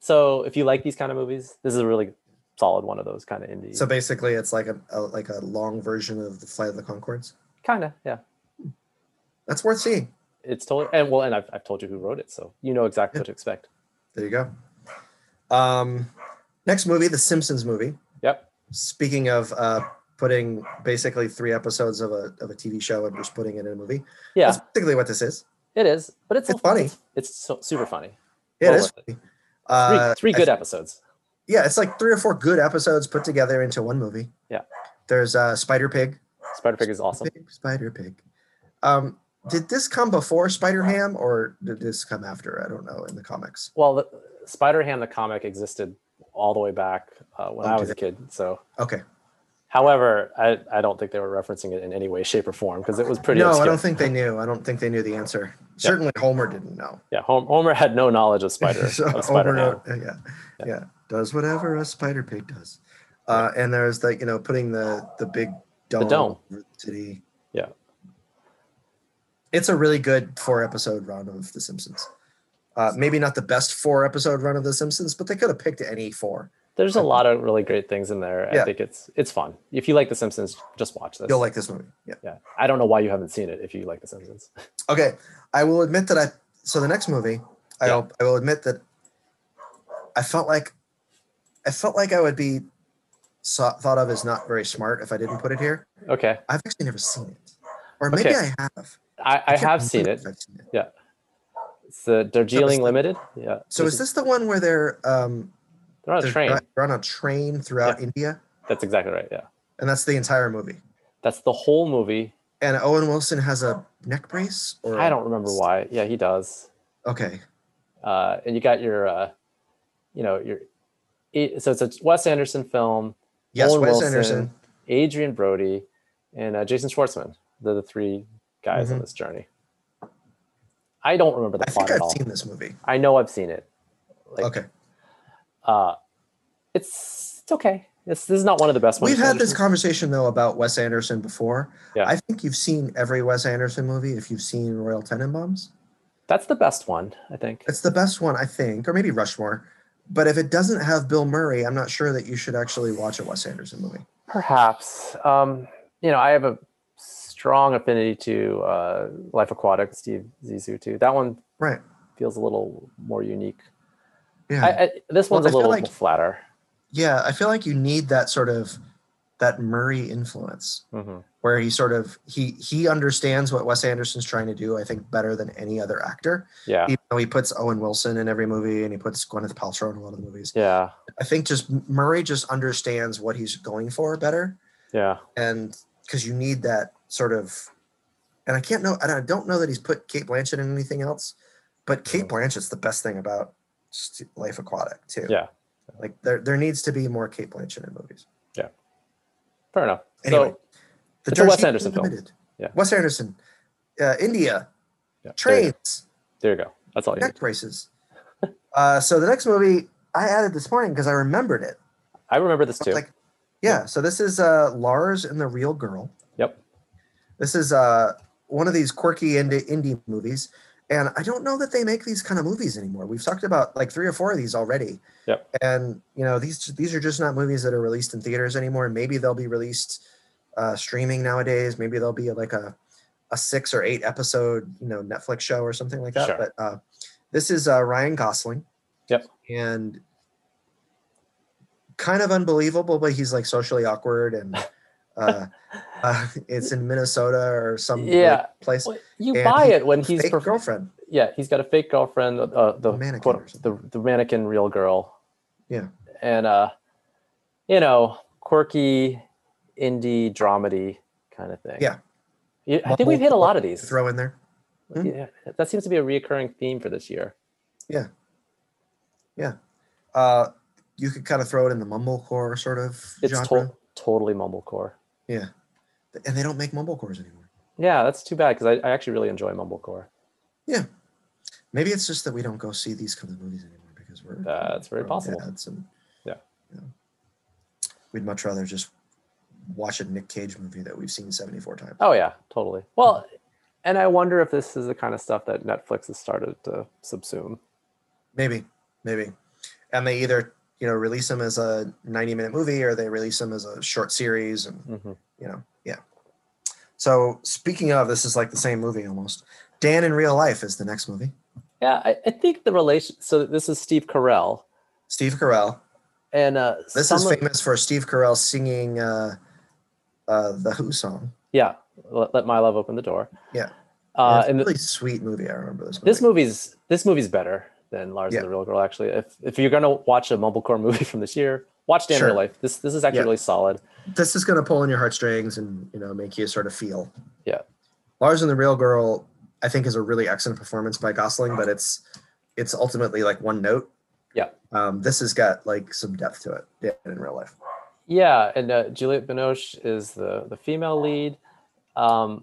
Speaker 2: So if you like these kind of movies, this is a really solid one of those kind of indie.
Speaker 3: So basically, it's like a, a like a long version of the Flight of the Concords.
Speaker 2: kind of, yeah.
Speaker 3: That's worth seeing.
Speaker 2: It's totally and well, and I've, I've told you who wrote it, so you know exactly what to expect.
Speaker 3: There you go. Um, next movie, the Simpsons movie.
Speaker 2: Yep.
Speaker 3: Speaking of uh, putting basically three episodes of a of a TV show and just putting it in a movie.
Speaker 2: Yeah,
Speaker 3: That's basically what this is.
Speaker 2: it is, but it's,
Speaker 3: It's funny.
Speaker 2: It's so, super funny.
Speaker 3: It
Speaker 2: Well
Speaker 3: is.
Speaker 2: worth
Speaker 3: Funny.
Speaker 2: Three,
Speaker 3: Uh,
Speaker 2: three
Speaker 3: I
Speaker 2: good episodes.
Speaker 3: yeah, it's like three or four good episodes put together into one movie.
Speaker 2: Yeah.
Speaker 3: There's uh, Spider Pig.
Speaker 2: Spider Pig is awesome.
Speaker 3: Pig, Spider Pig. Um, did this come before Spider Ham or did this come after? I don't know in the comics.
Speaker 2: Well, the, Spider Ham the comic existed all the way back uh, when
Speaker 3: Oh,
Speaker 2: I
Speaker 3: did
Speaker 2: was a
Speaker 3: it?
Speaker 2: kid. So,
Speaker 3: Okay.
Speaker 2: however, I, I don't think they were referencing it in any way, shape, or form because it was pretty.
Speaker 3: no, I
Speaker 2: obscure.
Speaker 3: don't think they knew. I don't think they knew the answer. Certainly Homer didn't know.
Speaker 2: Yeah, Hom- Homer had no knowledge of Spider.
Speaker 3: *laughs* So
Speaker 2: of
Speaker 3: Homer,
Speaker 2: Spider Ham.
Speaker 3: uh, yeah, yeah, Does whatever a Spider Pig does. Uh, and there's the, you know, putting the the big dome,
Speaker 2: dome.
Speaker 3: over the city.
Speaker 2: Yeah.
Speaker 3: It's a really good four episode run of The Simpsons. Uh, maybe not the best four episode run of The Simpsons, but they could have picked any four.
Speaker 2: There's a lot of really great things in there.
Speaker 3: Yeah.
Speaker 2: I think it's it's fun. If you like The Simpsons, just watch this.
Speaker 3: You'll like this movie. Yeah.
Speaker 2: yeah, I don't know why you haven't seen it. If you like The Simpsons,
Speaker 3: Okay, I will admit that I. So the next movie, I
Speaker 2: Yeah.
Speaker 3: will, I will admit that I felt like, I felt like I would be saw, thought of as not very smart if I didn't put it here.
Speaker 2: Okay,
Speaker 3: I've actually never seen it, or maybe
Speaker 2: Okay.
Speaker 3: I have.
Speaker 2: I, I
Speaker 3: can't
Speaker 2: have seen
Speaker 3: remember
Speaker 2: it.
Speaker 3: if I've seen it.
Speaker 2: It's the Darjeeling
Speaker 3: that-
Speaker 2: Limited. Yeah.
Speaker 3: So is this the one where they're um
Speaker 2: They're on a
Speaker 3: they're,
Speaker 2: train.
Speaker 3: dri- they're on a train throughout India,
Speaker 2: That's exactly right. Yeah.
Speaker 3: and that's the entire movie.
Speaker 2: That's the whole movie.
Speaker 3: And Owen Wilson has a neck brace, or
Speaker 2: I don't remember why. Yeah, he does.
Speaker 3: Okay,
Speaker 2: uh, and you got your, uh, you know, your. it- So it's a Wes Anderson film,
Speaker 3: yes,
Speaker 2: Owen
Speaker 3: Wes
Speaker 2: Wilson.
Speaker 3: Anderson.
Speaker 2: Adrian Brody, and uh, Jason Schwartzman. They're the three guys on
Speaker 3: Mhm.
Speaker 2: this journey. I don't remember the
Speaker 3: I
Speaker 2: plot
Speaker 3: think
Speaker 2: at
Speaker 3: I've
Speaker 2: all.
Speaker 3: seen this movie.
Speaker 2: I know I've seen it. Like,
Speaker 3: Okay,
Speaker 2: Uh, it's it's okay. It's, this is not one of the best ones.
Speaker 3: we've had this
Speaker 2: Anderson.
Speaker 3: conversation though about Wes Anderson before.
Speaker 2: Yeah.
Speaker 3: I think you've seen every Wes Anderson movie if you've seen Royal Tenenbaums.
Speaker 2: That's the best one, I think.
Speaker 3: It's the best one, I think, or maybe Rushmore. But if it doesn't have Bill Murray, I'm not sure that you should actually watch a Wes Anderson movie.
Speaker 2: Perhaps. Um, you know, I have a strong affinity to uh, Life Aquatic, Steve Zissou too. That one
Speaker 3: Right.
Speaker 2: feels a little more unique.
Speaker 3: Yeah.
Speaker 2: I, I, this
Speaker 3: Well,
Speaker 2: one's
Speaker 3: I
Speaker 2: a
Speaker 3: feel
Speaker 2: little
Speaker 3: like-
Speaker 2: flatter.
Speaker 3: yeah, I feel like you need that sort of that Murray influence
Speaker 2: Mhm.
Speaker 3: where he sort of he he understands what Wes Anderson's trying to do, I think, better than any other actor.
Speaker 2: Yeah,
Speaker 3: You know, he puts Owen Wilson in every movie and he puts Gwyneth Paltrow in a lot of the movies.
Speaker 2: yeah,
Speaker 3: I think just Murray just understands what he's going for better.
Speaker 2: yeah.
Speaker 3: and because you need that sort of and i can't know and i don't know that he's put kate blanchett in anything else but kate
Speaker 2: Mhm.
Speaker 3: blanchett's the best thing about St- life aquatic too
Speaker 2: Yeah.
Speaker 3: like there, there needs to be more kate blanchett in movies
Speaker 2: Fair enough.
Speaker 3: Anyway,
Speaker 2: so it's a Wes
Speaker 3: Darjeeling
Speaker 2: Anderson film.
Speaker 3: Limited.
Speaker 2: Yeah.
Speaker 3: wes anderson uh, india
Speaker 2: yeah, there you go.
Speaker 3: trains
Speaker 2: There you go. That's all you need.
Speaker 3: neck
Speaker 2: *laughs*
Speaker 3: braces uh, so the next movie i added this morning because i remembered it
Speaker 2: I remember this
Speaker 3: I was
Speaker 2: too.
Speaker 3: like yeah so this is uh, lars and the real girl
Speaker 2: yep.
Speaker 3: This is uh, one of these quirky indie, indie movies. And I don't know that they make these kind of movies anymore. We've talked about like three or four of these already.
Speaker 2: Yep.
Speaker 3: And you know these these are just not movies that are released in theaters anymore. Maybe they'll be released uh, streaming nowadays. Maybe they'll be like a a six or eight episode you know Netflix show or something like that.
Speaker 2: Sure.
Speaker 3: But uh, this is uh, Ryan Gosling.
Speaker 2: Yep.
Speaker 3: And kind of unbelievable, but he's like socially awkward
Speaker 2: *laughs*
Speaker 3: and uh, uh, it's in Minnesota or some like,
Speaker 2: Yeah.
Speaker 3: place.
Speaker 2: Well, you
Speaker 3: and
Speaker 2: buy
Speaker 3: he-
Speaker 2: it when he's
Speaker 3: Fake
Speaker 2: perf-
Speaker 3: girlfriend.
Speaker 2: yeah he's got a fake girlfriend uh, the
Speaker 3: Mannequin or
Speaker 2: quote, the
Speaker 3: something.
Speaker 2: the mannequin real girl
Speaker 3: Yeah.
Speaker 2: and uh you know quirky indie dramedy kind of thing
Speaker 3: Yeah.
Speaker 2: yeah I think we've hit a lot of these
Speaker 3: Throw in there. Hmm?
Speaker 2: yeah that seems to be a reoccurring theme for this year
Speaker 3: Uh, you could kind of throw it in the mumblecore sort of
Speaker 2: it's
Speaker 3: genre.
Speaker 2: to- totally mumblecore
Speaker 3: yeah, and they don't make mumblecores anymore.
Speaker 2: yeah that's too bad because I, I actually really enjoy mumblecore
Speaker 3: Maybe it's just that we don't go see these kind of movies anymore because we're
Speaker 2: That's very
Speaker 3: we're on
Speaker 2: possible.
Speaker 3: ads and-
Speaker 2: Yeah.
Speaker 3: you know. we'd much rather just watch a Nick Cage movie that we've seen seventy four times.
Speaker 2: oh yeah totally well and i wonder if this is the kind of stuff that netflix has started to subsume
Speaker 3: Maybe, maybe. And they either, you know, release them as a 90 minute movie or they release them as a short series and,
Speaker 2: Mhm.
Speaker 3: you know, yeah. So speaking of, this is like the same movie almost. Dan in Real Life is the next movie.
Speaker 2: yeah I, I think the relation so this is steve carell
Speaker 3: Steve Carell.
Speaker 2: and uh
Speaker 3: This
Speaker 2: some
Speaker 3: is
Speaker 2: of-
Speaker 3: famous for Steve Carell singing uh, uh, the Who song.
Speaker 2: yeah let, let my love open the door
Speaker 3: Yeah. And
Speaker 2: uh
Speaker 3: it's
Speaker 2: and
Speaker 3: a really sweet movie. I remember this movie.
Speaker 2: this movie's this movie's better than lars
Speaker 3: Yeah.
Speaker 2: and the real girl actually if if you're gonna watch a mumblecore *laughs* movie from this year watch dan in
Speaker 3: Sure.
Speaker 2: real life this this is actually
Speaker 3: Yeah.
Speaker 2: really solid
Speaker 3: this is going to pull on your heartstrings and you know make you sort of feel.
Speaker 2: Yeah.
Speaker 3: Lars and the Real Girl, I think, is a really excellent performance by Gosling, but it's it's ultimately like one note.
Speaker 2: Yeah.
Speaker 3: Um, this has got like some depth to it yeah, in real life.
Speaker 2: yeah and uh, juliette binoche is the the female lead um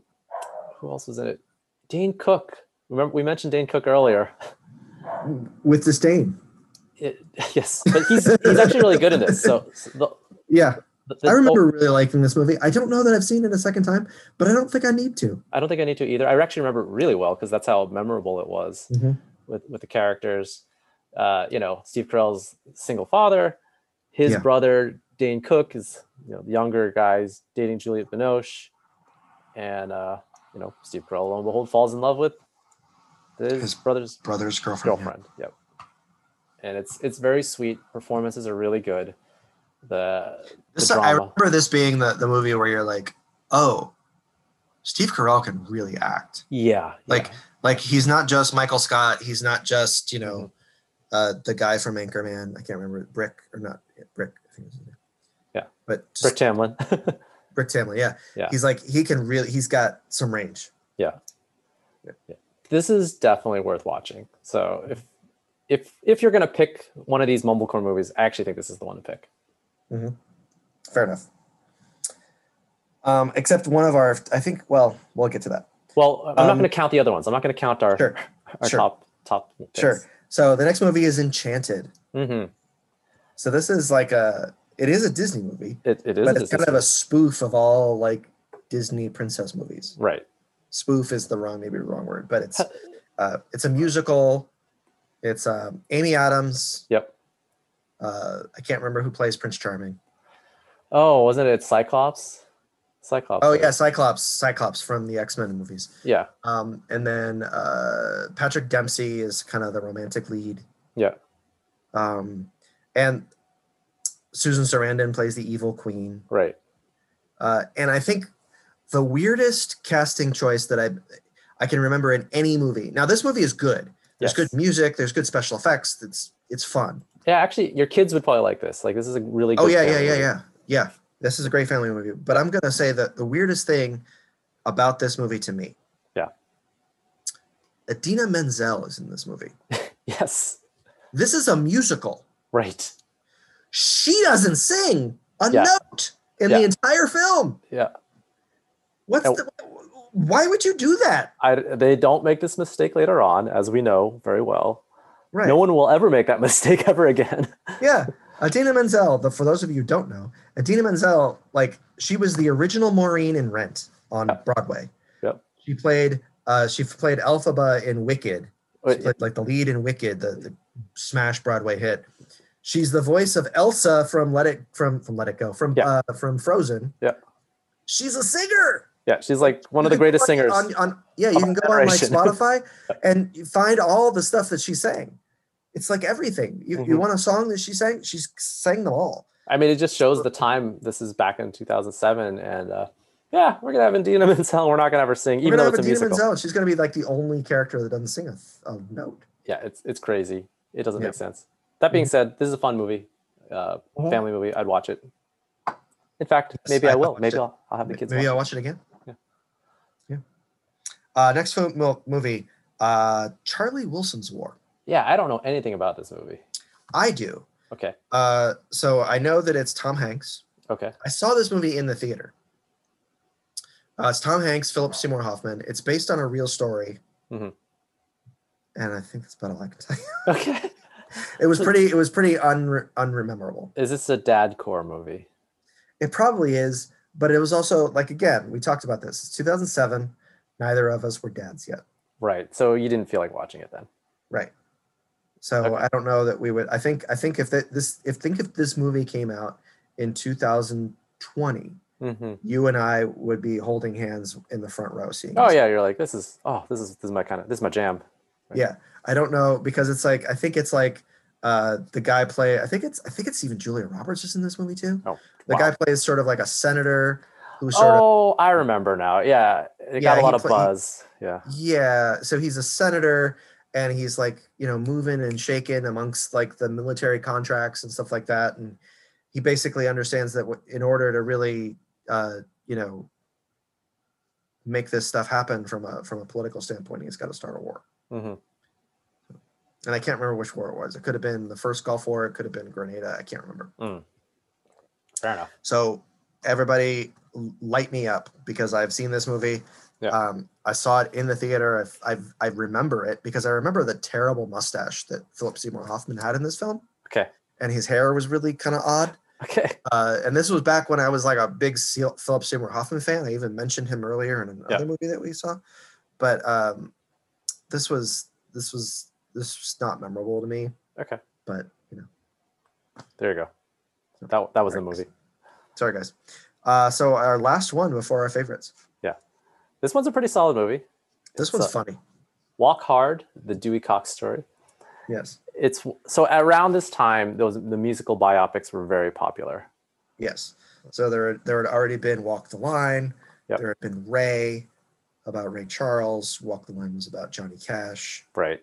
Speaker 2: who else was in it dane cook remember we mentioned dane cook earlier
Speaker 3: With disdain.
Speaker 2: It- *laughs* yes but he's he's actually really good in this so, so the,
Speaker 3: Yeah.
Speaker 2: the,
Speaker 3: I
Speaker 2: the-
Speaker 3: remember really liking this movie. I don't know that I've seen it a second time, but I don't think I need to.
Speaker 2: I don't think I need to either. I actually remember it really well because that's how memorable it was
Speaker 3: Mhm.
Speaker 2: with with the characters. Uh, you know, Steve Carell's single father, his
Speaker 3: Yeah.
Speaker 2: brother Dane Cook is you know the younger guy's dating Juliette Binoche, and uh, you know Steve Carell lo and behold falls in love with his,
Speaker 3: His
Speaker 2: brother's
Speaker 3: Brother's girlfriend.
Speaker 2: girlfriend. Yep. And it's it's very sweet. Performances are really good. the, the
Speaker 3: This, I
Speaker 2: drama.
Speaker 3: remember this being the, the movie where you're like, oh, Steve Carell can really act.
Speaker 2: yeah,
Speaker 3: Like,
Speaker 2: yeah.
Speaker 3: Like he's not just Michael Scott. He's not just you know uh, the guy from Anchorman. I can't remember Brick or not yeah, Brick. I think it was his name.
Speaker 2: Yeah.
Speaker 3: but just
Speaker 2: Rick Tamlin.
Speaker 3: Brick Tamlin. Yeah.
Speaker 2: Yeah.
Speaker 3: he's like he can really. He's got some range.
Speaker 2: this is definitely worth watching. So if if if you're gonna pick one of these mumblecore movies, I actually think this is the one to pick.
Speaker 3: Fair enough. Um, except one of our, I think. Well, we'll get to that.
Speaker 2: Well, I'm not
Speaker 3: Um,
Speaker 2: gonna count the other ones. I'm not gonna count our
Speaker 3: Sure,
Speaker 2: our
Speaker 3: sure.
Speaker 2: top top.
Speaker 3: sure. So the next movie is Enchanted.
Speaker 2: hmm
Speaker 3: So this is like a. It is a Disney movie,
Speaker 2: It it is
Speaker 3: but it's
Speaker 2: a Disney
Speaker 3: kind of a spoof of all like Disney princess movies.
Speaker 2: movie. right.
Speaker 3: spoof is the wrong maybe wrong word but it's uh, it's a musical it's um, amy adams
Speaker 2: Yep.
Speaker 3: uh, i can't remember who plays prince charming
Speaker 2: Oh, wasn't it Cyclops? Cyclops.
Speaker 3: oh
Speaker 2: right?
Speaker 3: yeah cyclops cyclops from the x-men movies
Speaker 2: Yeah.
Speaker 3: um, and then uh, patrick dempsey is kind of the romantic lead
Speaker 2: Yeah.
Speaker 3: um, and susan sarandon plays the evil queen
Speaker 2: Right.
Speaker 3: uh, and I think the weirdest casting choice that I I can remember in any movie. Now this movie is good. There's
Speaker 2: Yes.
Speaker 3: good music. There's good special effects. It's it's fun.
Speaker 2: Yeah. Actually, your kids would probably like this. Like this is a really. Good
Speaker 3: oh yeah, yeah,
Speaker 2: family
Speaker 3: yeah,
Speaker 2: movie.
Speaker 3: yeah, yeah. This is a great family movie. But I'm gonna say that the weirdest thing about this movie to me.
Speaker 2: Yeah.
Speaker 3: Adina Menzel is in this movie.
Speaker 2: *laughs* Yes.
Speaker 3: This is a musical.
Speaker 2: Right.
Speaker 3: She doesn't sing a
Speaker 2: Yeah.
Speaker 3: note in the
Speaker 2: Yeah.
Speaker 3: entire film.
Speaker 2: Yeah.
Speaker 3: What's
Speaker 2: Oh.
Speaker 3: the, why would you do that?
Speaker 2: I, they don't make this mistake later on, as we know very well.
Speaker 3: Right.
Speaker 2: No one will ever make that *laughs* mistake ever again.
Speaker 3: yeah. Adina Menzel, the, for those of you who don't know, Adina Menzel, like she was the original Maureen in Rent on
Speaker 2: Yep.
Speaker 3: Broadway.
Speaker 2: Yep.
Speaker 3: She played uh, she played Elphaba in Wicked. She
Speaker 2: But-
Speaker 3: played like the lead in Wicked, the, the smash Broadway hit. She's the voice of Elsa from Let It from from Let It Go from
Speaker 2: Yeah.
Speaker 3: uh, from Frozen.
Speaker 2: Yeah.
Speaker 3: She's a singer.
Speaker 2: Yeah, she's like one of the
Speaker 3: You can go
Speaker 2: greatest singers.
Speaker 3: on, on yeah, you
Speaker 2: of
Speaker 3: can
Speaker 2: our
Speaker 3: go on like
Speaker 2: generation. *laughs*
Speaker 3: Spotify and you find all the stuff that she sang. It's like everything. You, you
Speaker 2: Mhm.
Speaker 3: want a song that she sang? She's sang them all.
Speaker 2: I mean, it just shows the time. This is back in 2007, and uh, yeah, we're gonna have Indina *laughs* Menzel. We're not gonna have her sing,
Speaker 3: We're
Speaker 2: even
Speaker 3: gonna
Speaker 2: though
Speaker 3: have
Speaker 2: it's a
Speaker 3: Adina
Speaker 2: musical.
Speaker 3: Menzel. She's gonna be like the only character that doesn't sing a, th- a note.
Speaker 2: Yeah, it's it's crazy. It doesn't
Speaker 3: Yeah. Mm-hmm.
Speaker 2: make sense. That being said, this is a fun movie, uh,
Speaker 3: Mhm.
Speaker 2: family movie. I'd watch it. In fact,
Speaker 3: Yes,
Speaker 2: maybe
Speaker 3: I
Speaker 2: I,
Speaker 3: would
Speaker 2: will.
Speaker 3: watch
Speaker 2: Maybe
Speaker 3: it.
Speaker 2: I'll, I'll have the kids.
Speaker 3: Maybe
Speaker 2: watch
Speaker 3: I'll
Speaker 2: it.
Speaker 3: watch it again.
Speaker 2: Yeah.
Speaker 3: Yeah. Uh, next film, mo- movie, uh, Charlie Wilson's War.
Speaker 2: Yeah, I don't know anything about this movie.
Speaker 3: I do.
Speaker 2: Okay,
Speaker 3: Uh, so I know that it's Tom Hanks.
Speaker 2: okay, *laughs*
Speaker 3: I saw this movie in the theater. Uh, it's Tom Hanks, Philip Seymour Hoffman. It's based on a real story.
Speaker 2: Mhm.
Speaker 3: And I think that's about all I can tell you. *laughs*
Speaker 2: okay.
Speaker 3: It was
Speaker 2: So-
Speaker 3: pretty. It was pretty unre- unrememorable.
Speaker 2: Is this a dad core movie?
Speaker 3: It probably is, but it was also like again we talked about this. It's 2007. Neither of us were dads yet,
Speaker 2: Right. So you didn't feel like watching it then?
Speaker 3: right? So
Speaker 2: Okay.
Speaker 3: I don't know that we would. I think. I think if that this if think if this movie came out in 2020,
Speaker 2: Mm-hmm.
Speaker 3: you and I would be holding hands in the front row seeing.
Speaker 2: Oh
Speaker 3: this.
Speaker 2: yeah, you're like this is oh this is this is my kind of this is my jam.
Speaker 3: Yeah, I don't know because it's like I think it's like uh the guy play. I think it's I think it's even Julia Roberts is in this movie too.
Speaker 2: Oh,
Speaker 3: the
Speaker 2: wow.
Speaker 3: guy plays sort of like a senator who sort of
Speaker 2: oh, I remember now. Yeah, it
Speaker 3: Yeah,
Speaker 2: got a lot
Speaker 3: he
Speaker 2: of
Speaker 3: pla- he-
Speaker 2: buzz. yeah,
Speaker 3: yeah. So he's a senator and he's like you know moving and shaking amongst like the military contracts and stuff like that. And he basically understands that w- in order to really uh you know make this stuff happen from a from a political standpoint, he's got to start a war.
Speaker 2: hmm
Speaker 3: and I can't remember which war it was. It could have been the first Gulf War. It could have been Grenada. I can't remember.
Speaker 2: fair enough.
Speaker 3: So everybody, l- light me up because I've seen this movie.
Speaker 2: Yeah.
Speaker 3: Um, I saw it in the theater. I, I I remember it because I remember the terrible mustache that Philip Seymour Hoffman had in this film,
Speaker 2: Okay,
Speaker 3: and his hair was really kind of odd.
Speaker 2: okay, *laughs*
Speaker 3: Uh, and this was back when I was like a big Se- Philip Seymour Hoffman fan. I even mentioned him earlier in another
Speaker 2: Yeah.
Speaker 3: movie that we saw. But um, this was this was this was not memorable to me.
Speaker 2: okay.
Speaker 3: But you know.
Speaker 2: There you go. That that was the movie.
Speaker 3: Sorry, guys. Uh, so our last one before our favorites.
Speaker 2: This one's a pretty solid movie.
Speaker 3: This
Speaker 2: It's,
Speaker 3: one's
Speaker 2: uh,
Speaker 3: funny.
Speaker 2: Walk Hard: The Dewey Cox Story.
Speaker 3: Yes.
Speaker 2: it's so around this time those the musical biopics were very popular.
Speaker 3: Yes. So there, there had already been Walk the Line.
Speaker 2: Yep.
Speaker 3: There had been Ray about Ray Charles. Walk the Line was about Johnny Cash.
Speaker 2: Right.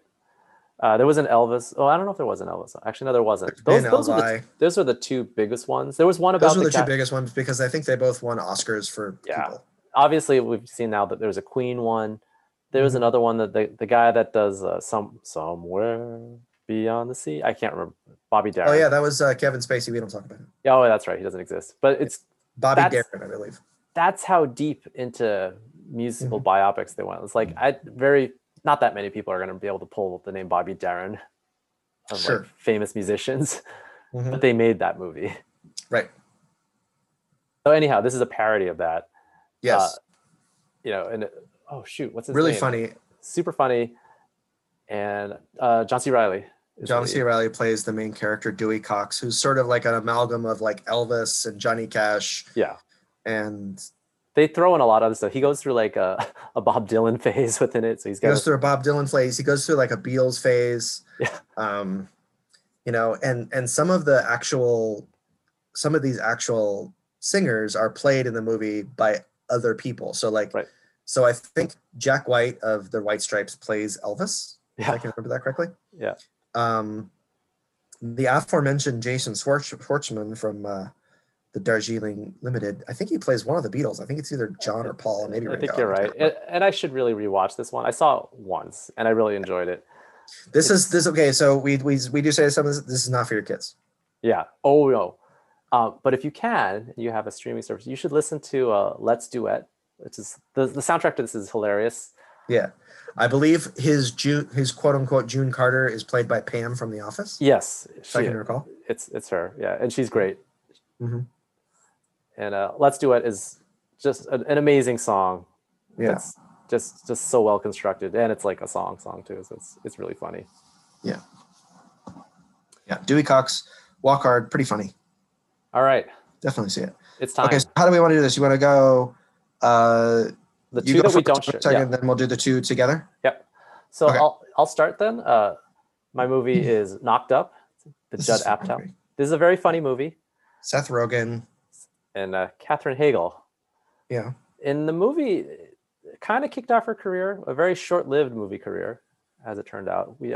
Speaker 2: Uh, there was an Elvis. Oh, I don't know if there was an Elvis. Actually, no, there wasn't.
Speaker 3: There's
Speaker 2: Those,
Speaker 3: been
Speaker 2: those, were the,
Speaker 3: LI.
Speaker 2: those were the two biggest ones. There was one about
Speaker 3: Those are the
Speaker 2: the
Speaker 3: two
Speaker 2: cat.
Speaker 3: biggest ones because I think they both won Oscars for
Speaker 2: Yeah.
Speaker 3: people.
Speaker 2: Obviously, we've seen now that there's a Queen one. There was
Speaker 3: Mhm.
Speaker 2: another one that the, the guy that does uh, some somewhere beyond the sea. I can't remember. Bobby Darren.
Speaker 3: Oh yeah, that was uh, Kevin Spacey. We don't talk about him.
Speaker 2: Yeah, Oh, that's right. He doesn't exist. But it's
Speaker 3: Bobby
Speaker 2: That's-
Speaker 3: Darin, I believe.
Speaker 2: that's how deep into musical
Speaker 3: Mm-hmm.
Speaker 2: biopics they went. It's like I very not that many people are going to be able to pull the name Bobby Darin of
Speaker 3: Sure.
Speaker 2: like famous musicians, *laughs*
Speaker 3: Mhm.
Speaker 2: but they made that movie.
Speaker 3: Right.
Speaker 2: So anyhow, this is a parody of that.
Speaker 3: Yes.
Speaker 2: You know, and it- oh shoot, what's Uh, his
Speaker 3: really
Speaker 2: name?
Speaker 3: funny.
Speaker 2: super funny, and uh, John C. Riley. is
Speaker 3: John
Speaker 2: the
Speaker 3: C. Riley plays the main character Dewey Cox, who's sort of like an amalgam of like Elvis and Johnny Cash
Speaker 2: lead. Yeah,
Speaker 3: and
Speaker 2: they throw in a lot of other stuff. He goes through like a, a Bob Dylan *laughs* phase within it, so he's
Speaker 3: He
Speaker 2: got
Speaker 3: goes through a Bob Dylan phase. He goes through like a Beatles phase.
Speaker 2: Yeah.
Speaker 3: Um, you know, and and some of the actual, some of these actual singers are played in the movie by other people. So like,
Speaker 2: Right.
Speaker 3: so I think Jack White of the White Stripes plays Elvis. If I
Speaker 2: Yeah.
Speaker 3: can remember that correctly.
Speaker 2: Yeah.
Speaker 3: Um, the aforementioned Jason Schwartz- Schwartzman from uh, the Darjeeling Limited. I think he plays one of the Beatles. I think it's either John or Paul, or maybe
Speaker 2: I think
Speaker 3: Ringo.
Speaker 2: you're
Speaker 3: can't
Speaker 2: right,
Speaker 3: remember.
Speaker 2: and, and I should really rewatch this one. I saw it once, and I really enjoyed it.
Speaker 3: This is this okay. So we we we do say some of this. This is not for your kids.
Speaker 2: Yeah. Oh no. Uh, but if you can, you have a streaming service. You should listen to uh, "Let's Duet," which is the, the soundtrack to this is hilarious.
Speaker 3: Yeah, I believe his June his quote unquote June Carter is played by Pam from The Office.
Speaker 2: Yes,
Speaker 3: If I
Speaker 2: she-
Speaker 3: can recall.
Speaker 2: it's it's her. Yeah, and she's great.
Speaker 3: Mhm.
Speaker 2: And uh, "Let's Duet" is just an, an amazing song.
Speaker 3: Yeah.
Speaker 2: It's just just so well constructed, and it's like a song song too. So it's it's really funny.
Speaker 3: Yeah, Dewey Cox, Walk Hard, pretty funny.
Speaker 2: All right,
Speaker 3: Definitely see it.
Speaker 2: it's time.
Speaker 3: Okay, so how do we want to do this? You want to go? Uh,
Speaker 2: the
Speaker 3: you go
Speaker 2: two that we
Speaker 3: first
Speaker 2: don't
Speaker 3: for
Speaker 2: share.
Speaker 3: a
Speaker 2: yeah.
Speaker 3: Second, then we'll do the two together.
Speaker 2: So
Speaker 3: Okay.
Speaker 2: I'll I'll start then. Uh, my
Speaker 3: *laughs*
Speaker 2: movie is Knocked Up, the
Speaker 3: This
Speaker 2: Judd
Speaker 3: is
Speaker 2: Apatow.
Speaker 3: great.
Speaker 2: This is a very funny movie,
Speaker 3: Seth Rogen.
Speaker 2: and uh, Catherine Hagel
Speaker 3: Yeah.
Speaker 2: in the movie kind of kicked off her career, a very short-lived movie career, as it turned out. We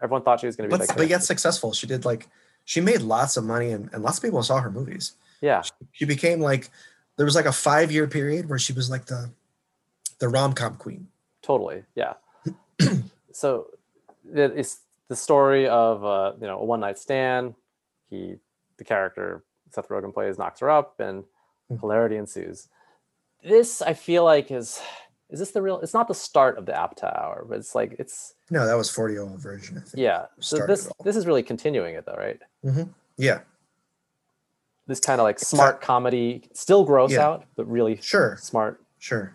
Speaker 2: everyone thought she was going to be
Speaker 3: But,
Speaker 2: like,
Speaker 3: but yet successful. She did like, she made lots of money and, and lots of people saw her movies.
Speaker 2: yeah,
Speaker 3: she became like there was like a five year period where she was like the the rom com queen.
Speaker 2: totally, yeah. *clears throat* so it- it's the story of uh, you know a one-night stand. He, the character Seth Rogen plays, knocks her up, and
Speaker 3: Mhm.
Speaker 2: hilarity ensues. This I feel like is is this the real? It's not the start of the Apatow hour, but it's like it's
Speaker 3: No, that was forty year old version. I think.
Speaker 2: yeah. So
Speaker 3: started
Speaker 2: this
Speaker 3: it all.
Speaker 2: this is really continuing it though, right?
Speaker 3: Yeah,
Speaker 2: This kind of like
Speaker 3: It's
Speaker 2: smart comedy, still gross
Speaker 3: Yeah.
Speaker 2: out, but really
Speaker 3: sure,
Speaker 2: smart.
Speaker 3: sure.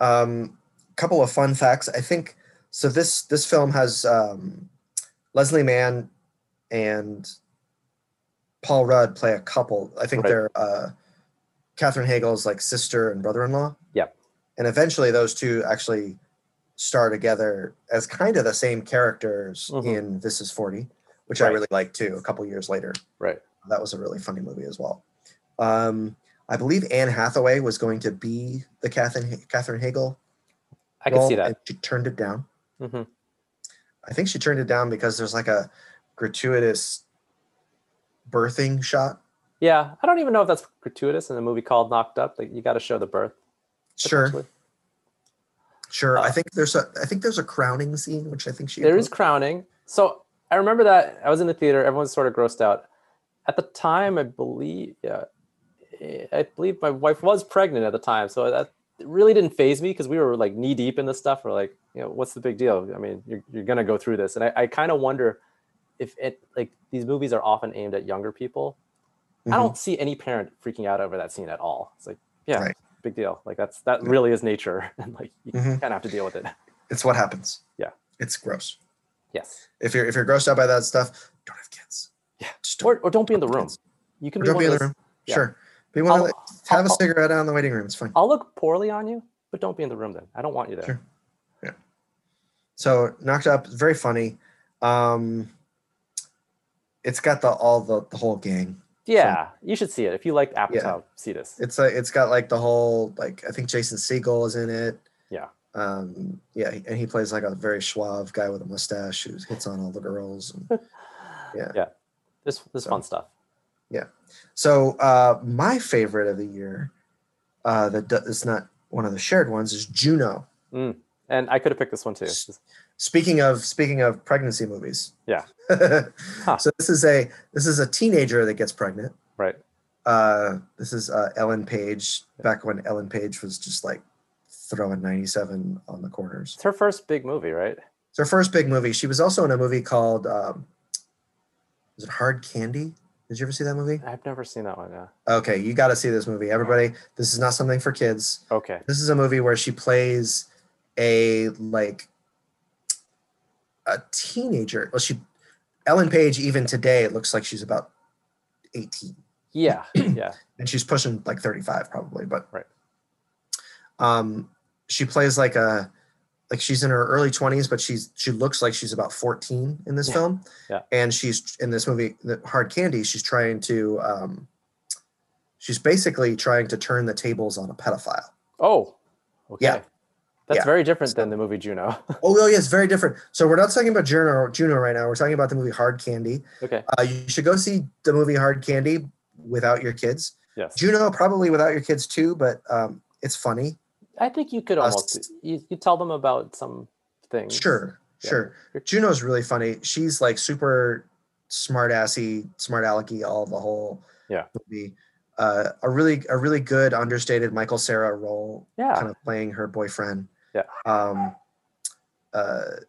Speaker 3: Um, couple of fun facts. I think so. This this film has um, Leslie Mann and Paul Rudd play a couple. I think
Speaker 2: Right.
Speaker 3: they're uh, Catherine Hagel's like sister and brother in law.
Speaker 2: Yep.
Speaker 3: And eventually, those two actually star together as kind of the same characters
Speaker 2: Mhm.
Speaker 3: in This Is Forty, which I
Speaker 2: Right.
Speaker 3: really like too. A couple years later,
Speaker 2: Right.
Speaker 3: that was a really funny movie as well. Um, I believe Anne Hathaway was going to be the Catherine Catherine Hagel
Speaker 2: I can
Speaker 3: role,
Speaker 2: see that.
Speaker 3: and she turned it down.
Speaker 2: Mhm.
Speaker 3: I think she turned it down because there's like a gratuitous birthing shot.
Speaker 2: Yeah, I don't even know if that's gratuitous in a movie called Knocked Up. Like you got to show the birth.
Speaker 3: Sure,
Speaker 2: potentially.
Speaker 3: sure. I
Speaker 2: Uh,
Speaker 3: think there's a I think there's a crowning scene which I think she
Speaker 2: There is
Speaker 3: approved.
Speaker 2: crowning. So I remember that I was in the theater. Everyone's sort of grossed out. At the time, I believe, yeah, eh, I believe my wife was pregnant at the time, so that it really didn't phase me because we were like knee deep in this stuff. We're like, you know, what's the big deal? I mean, you're you're gonna go through this, and I, I kind of wonder if it like these movies are often aimed at younger people. I
Speaker 3: Mhm.
Speaker 2: don't see any parent freaking out over that scene at all. It's like, yeah,
Speaker 3: Right.
Speaker 2: big deal. Like that's that
Speaker 3: Yeah.
Speaker 2: really is nature, *laughs* and like you
Speaker 3: Mhm.
Speaker 2: kind of have to deal with it.
Speaker 3: It's what happens.
Speaker 2: Yeah.
Speaker 3: it's gross.
Speaker 2: Yes,
Speaker 3: If you're if you're grossed out by that stuff, don't have kids.
Speaker 2: Yeah.
Speaker 3: Just
Speaker 2: or or don't be in the
Speaker 3: have
Speaker 2: room.
Speaker 3: kids.
Speaker 2: You
Speaker 3: Or
Speaker 2: can be
Speaker 3: don't
Speaker 2: one
Speaker 3: be
Speaker 2: of
Speaker 3: in the
Speaker 2: those-
Speaker 3: room.
Speaker 2: yeah.
Speaker 3: Sure, be one of
Speaker 2: I'll-
Speaker 3: the, have a
Speaker 2: I'll-
Speaker 3: cigarette out in the waiting room. It's fine.
Speaker 2: I'll look poorly on you, but don't be in the room then. I don't want you there.
Speaker 3: Sure. So knocked up, very funny. Um, it's got the all the, the whole gang.
Speaker 2: Yeah, you should see it if you like Apatow. See this.
Speaker 3: It's like it's got like the whole like I think Jason Segel is in it.
Speaker 2: Yeah.
Speaker 3: Um. Yeah, and he plays like a very suave guy with a mustache who hits on all the girls. And yeah.
Speaker 2: yeah. This this
Speaker 3: So-
Speaker 2: fun stuff.
Speaker 3: so uh, my favorite of the year, uh, that do- it's not one of the shared ones is Juno.
Speaker 2: And I could have picked this one too.
Speaker 3: S- Speaking of speaking of pregnancy movies. *laughs*
Speaker 2: Yeah.
Speaker 3: So this is a this is a teenager that gets pregnant.
Speaker 2: Right.
Speaker 3: Uh, this is uh, Ellen Page back when Ellen Page was just like throwing 97 on the corners.
Speaker 2: It's her first big movie, right?
Speaker 3: It's her first big movie. She was also in a movie called um, was it Hard Candy? Did you ever see that movie?
Speaker 2: I've never seen that one. Yeah.
Speaker 3: Okay, you got to see this movie, everybody. This is not something for kids. *clears throat*
Speaker 2: Okay.
Speaker 3: This is a movie where she plays a like a teenager. Well, she Ellen Page even today it looks like she's about 18
Speaker 2: Yeah. Yeah.
Speaker 3: and she's pushing like 35 probably, but
Speaker 2: Right.
Speaker 3: Um she plays like a like she's in her early 20s but she's she looks like she's about 14 in this
Speaker 2: Yeah.
Speaker 3: film.
Speaker 2: Yeah.
Speaker 3: And she's in this movie the Hard Candy, she's trying to um she's basically trying to turn the tables on a
Speaker 2: *laughs*
Speaker 3: pedophile.
Speaker 2: Oh. Okay.
Speaker 3: Yeah.
Speaker 2: That's
Speaker 3: Yeah.
Speaker 2: very different than the movie Juno. *laughs*
Speaker 3: Oh, well, yeah, it's very different. So we're not talking about Juno, Juno right now. We're talking about the movie Hard Candy.
Speaker 2: okay.
Speaker 3: Uh, you should go see the movie Hard Candy without your kids.
Speaker 2: Yes.
Speaker 3: Juno probably without your kids too, but um, it's funny.
Speaker 2: I think you could
Speaker 3: Uh,
Speaker 2: almost you, you tell them about some things.
Speaker 3: Sure,
Speaker 2: Yeah.
Speaker 3: sure. Juno's really funny. She's like super smart assy, smart alecky, all the whole
Speaker 2: Yeah.
Speaker 3: movie. Uh, a really a really good understated Michael Sarah role
Speaker 2: Yeah.
Speaker 3: kind of playing her boyfriend.
Speaker 2: Yeah.
Speaker 3: Um, uh,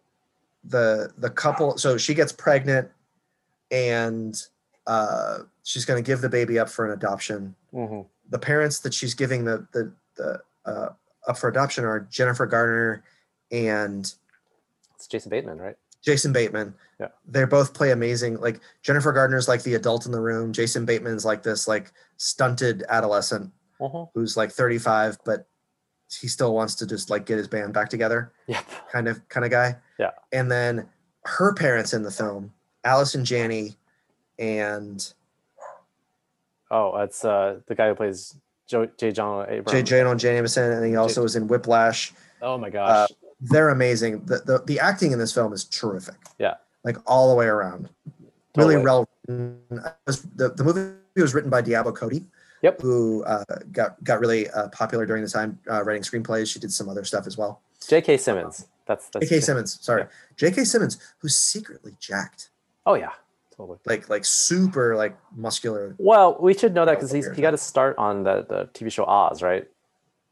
Speaker 3: the the couple. So she gets pregnant, and uh, she's going to give the baby up for an adoption.
Speaker 2: Mhm.
Speaker 3: The parents that she's giving the the the uh, up for adoption are Jennifer Garner and
Speaker 2: It's Jason Bateman, right?
Speaker 3: Jason Bateman.
Speaker 2: Yeah.
Speaker 3: They both play amazing. Like Jennifer Gardner's like the adult in the room. Jason Bateman's like this like stunted adolescent
Speaker 2: Mhm.
Speaker 3: who's like 35 but he still wants to just like get his band back together
Speaker 2: Yep.
Speaker 3: kind of kind of guy
Speaker 2: Yeah.
Speaker 3: and then her parents in the film allison janney and
Speaker 2: Oh, it's uh the guy who plays Joe J. John
Speaker 3: J.
Speaker 2: Abrams.
Speaker 3: jane on jane Ameson, and he also was in whiplash
Speaker 2: Oh my gosh.
Speaker 3: uh, they're amazing the, the the acting in this film is terrific
Speaker 2: Yeah.
Speaker 3: like all the way around really
Speaker 2: Totally.
Speaker 3: well written. I was- the, the movie was written by Diablo Cody,
Speaker 2: Yep.
Speaker 3: who uh, got got really uh, popular during the time uh, writing screenplays. She did some other stuff as well.
Speaker 2: J.K. Simmons. That's that's
Speaker 3: J.K. Simmons, sorry, J.K. Simmons, who's secretly jacked,
Speaker 2: Oh yeah. Totally.
Speaker 3: like like super like muscular.
Speaker 2: Well, we should know that
Speaker 3: Yeah,
Speaker 2: because
Speaker 3: we'll
Speaker 2: he's
Speaker 3: hear
Speaker 2: he
Speaker 3: that.
Speaker 2: got his start on the, the TV show Oz, right?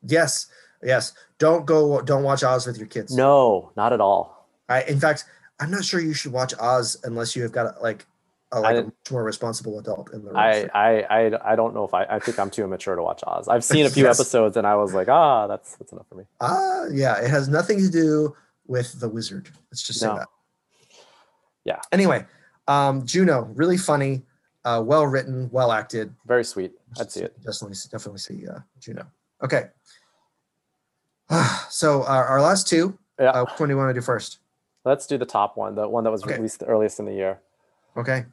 Speaker 3: Yes, yes. Don't go. Don't watch Oz with your kids.
Speaker 2: No, not at all.
Speaker 3: I, in fact, I'm not sure you should watch Oz unless you have got a, like a like a
Speaker 2: didn't-
Speaker 3: much more responsible adult in the room.
Speaker 2: I, I I I don't know if I I think I'm too immature to watch Oz.
Speaker 3: *laughs*
Speaker 2: I've seen a few
Speaker 3: Yes.
Speaker 2: episodes and I was like, ah, that's that's enough for me.
Speaker 3: Ah, yeah. It has nothing to do with the wizard. Let's just say
Speaker 2: No.
Speaker 3: that.
Speaker 2: Yeah.
Speaker 3: Anyway, um, Juno, really funny, uh, well written, well acted.
Speaker 2: Very sweet. I'd see it.
Speaker 3: Definitely, definitely see uh, Juno. Okay. *sighs* so our, our last two.
Speaker 2: Yeah.
Speaker 3: Uh, which one do you want to do first?
Speaker 2: Let's do the top one, the one that was
Speaker 3: Okay.
Speaker 2: released the earliest in the year.
Speaker 3: Okay.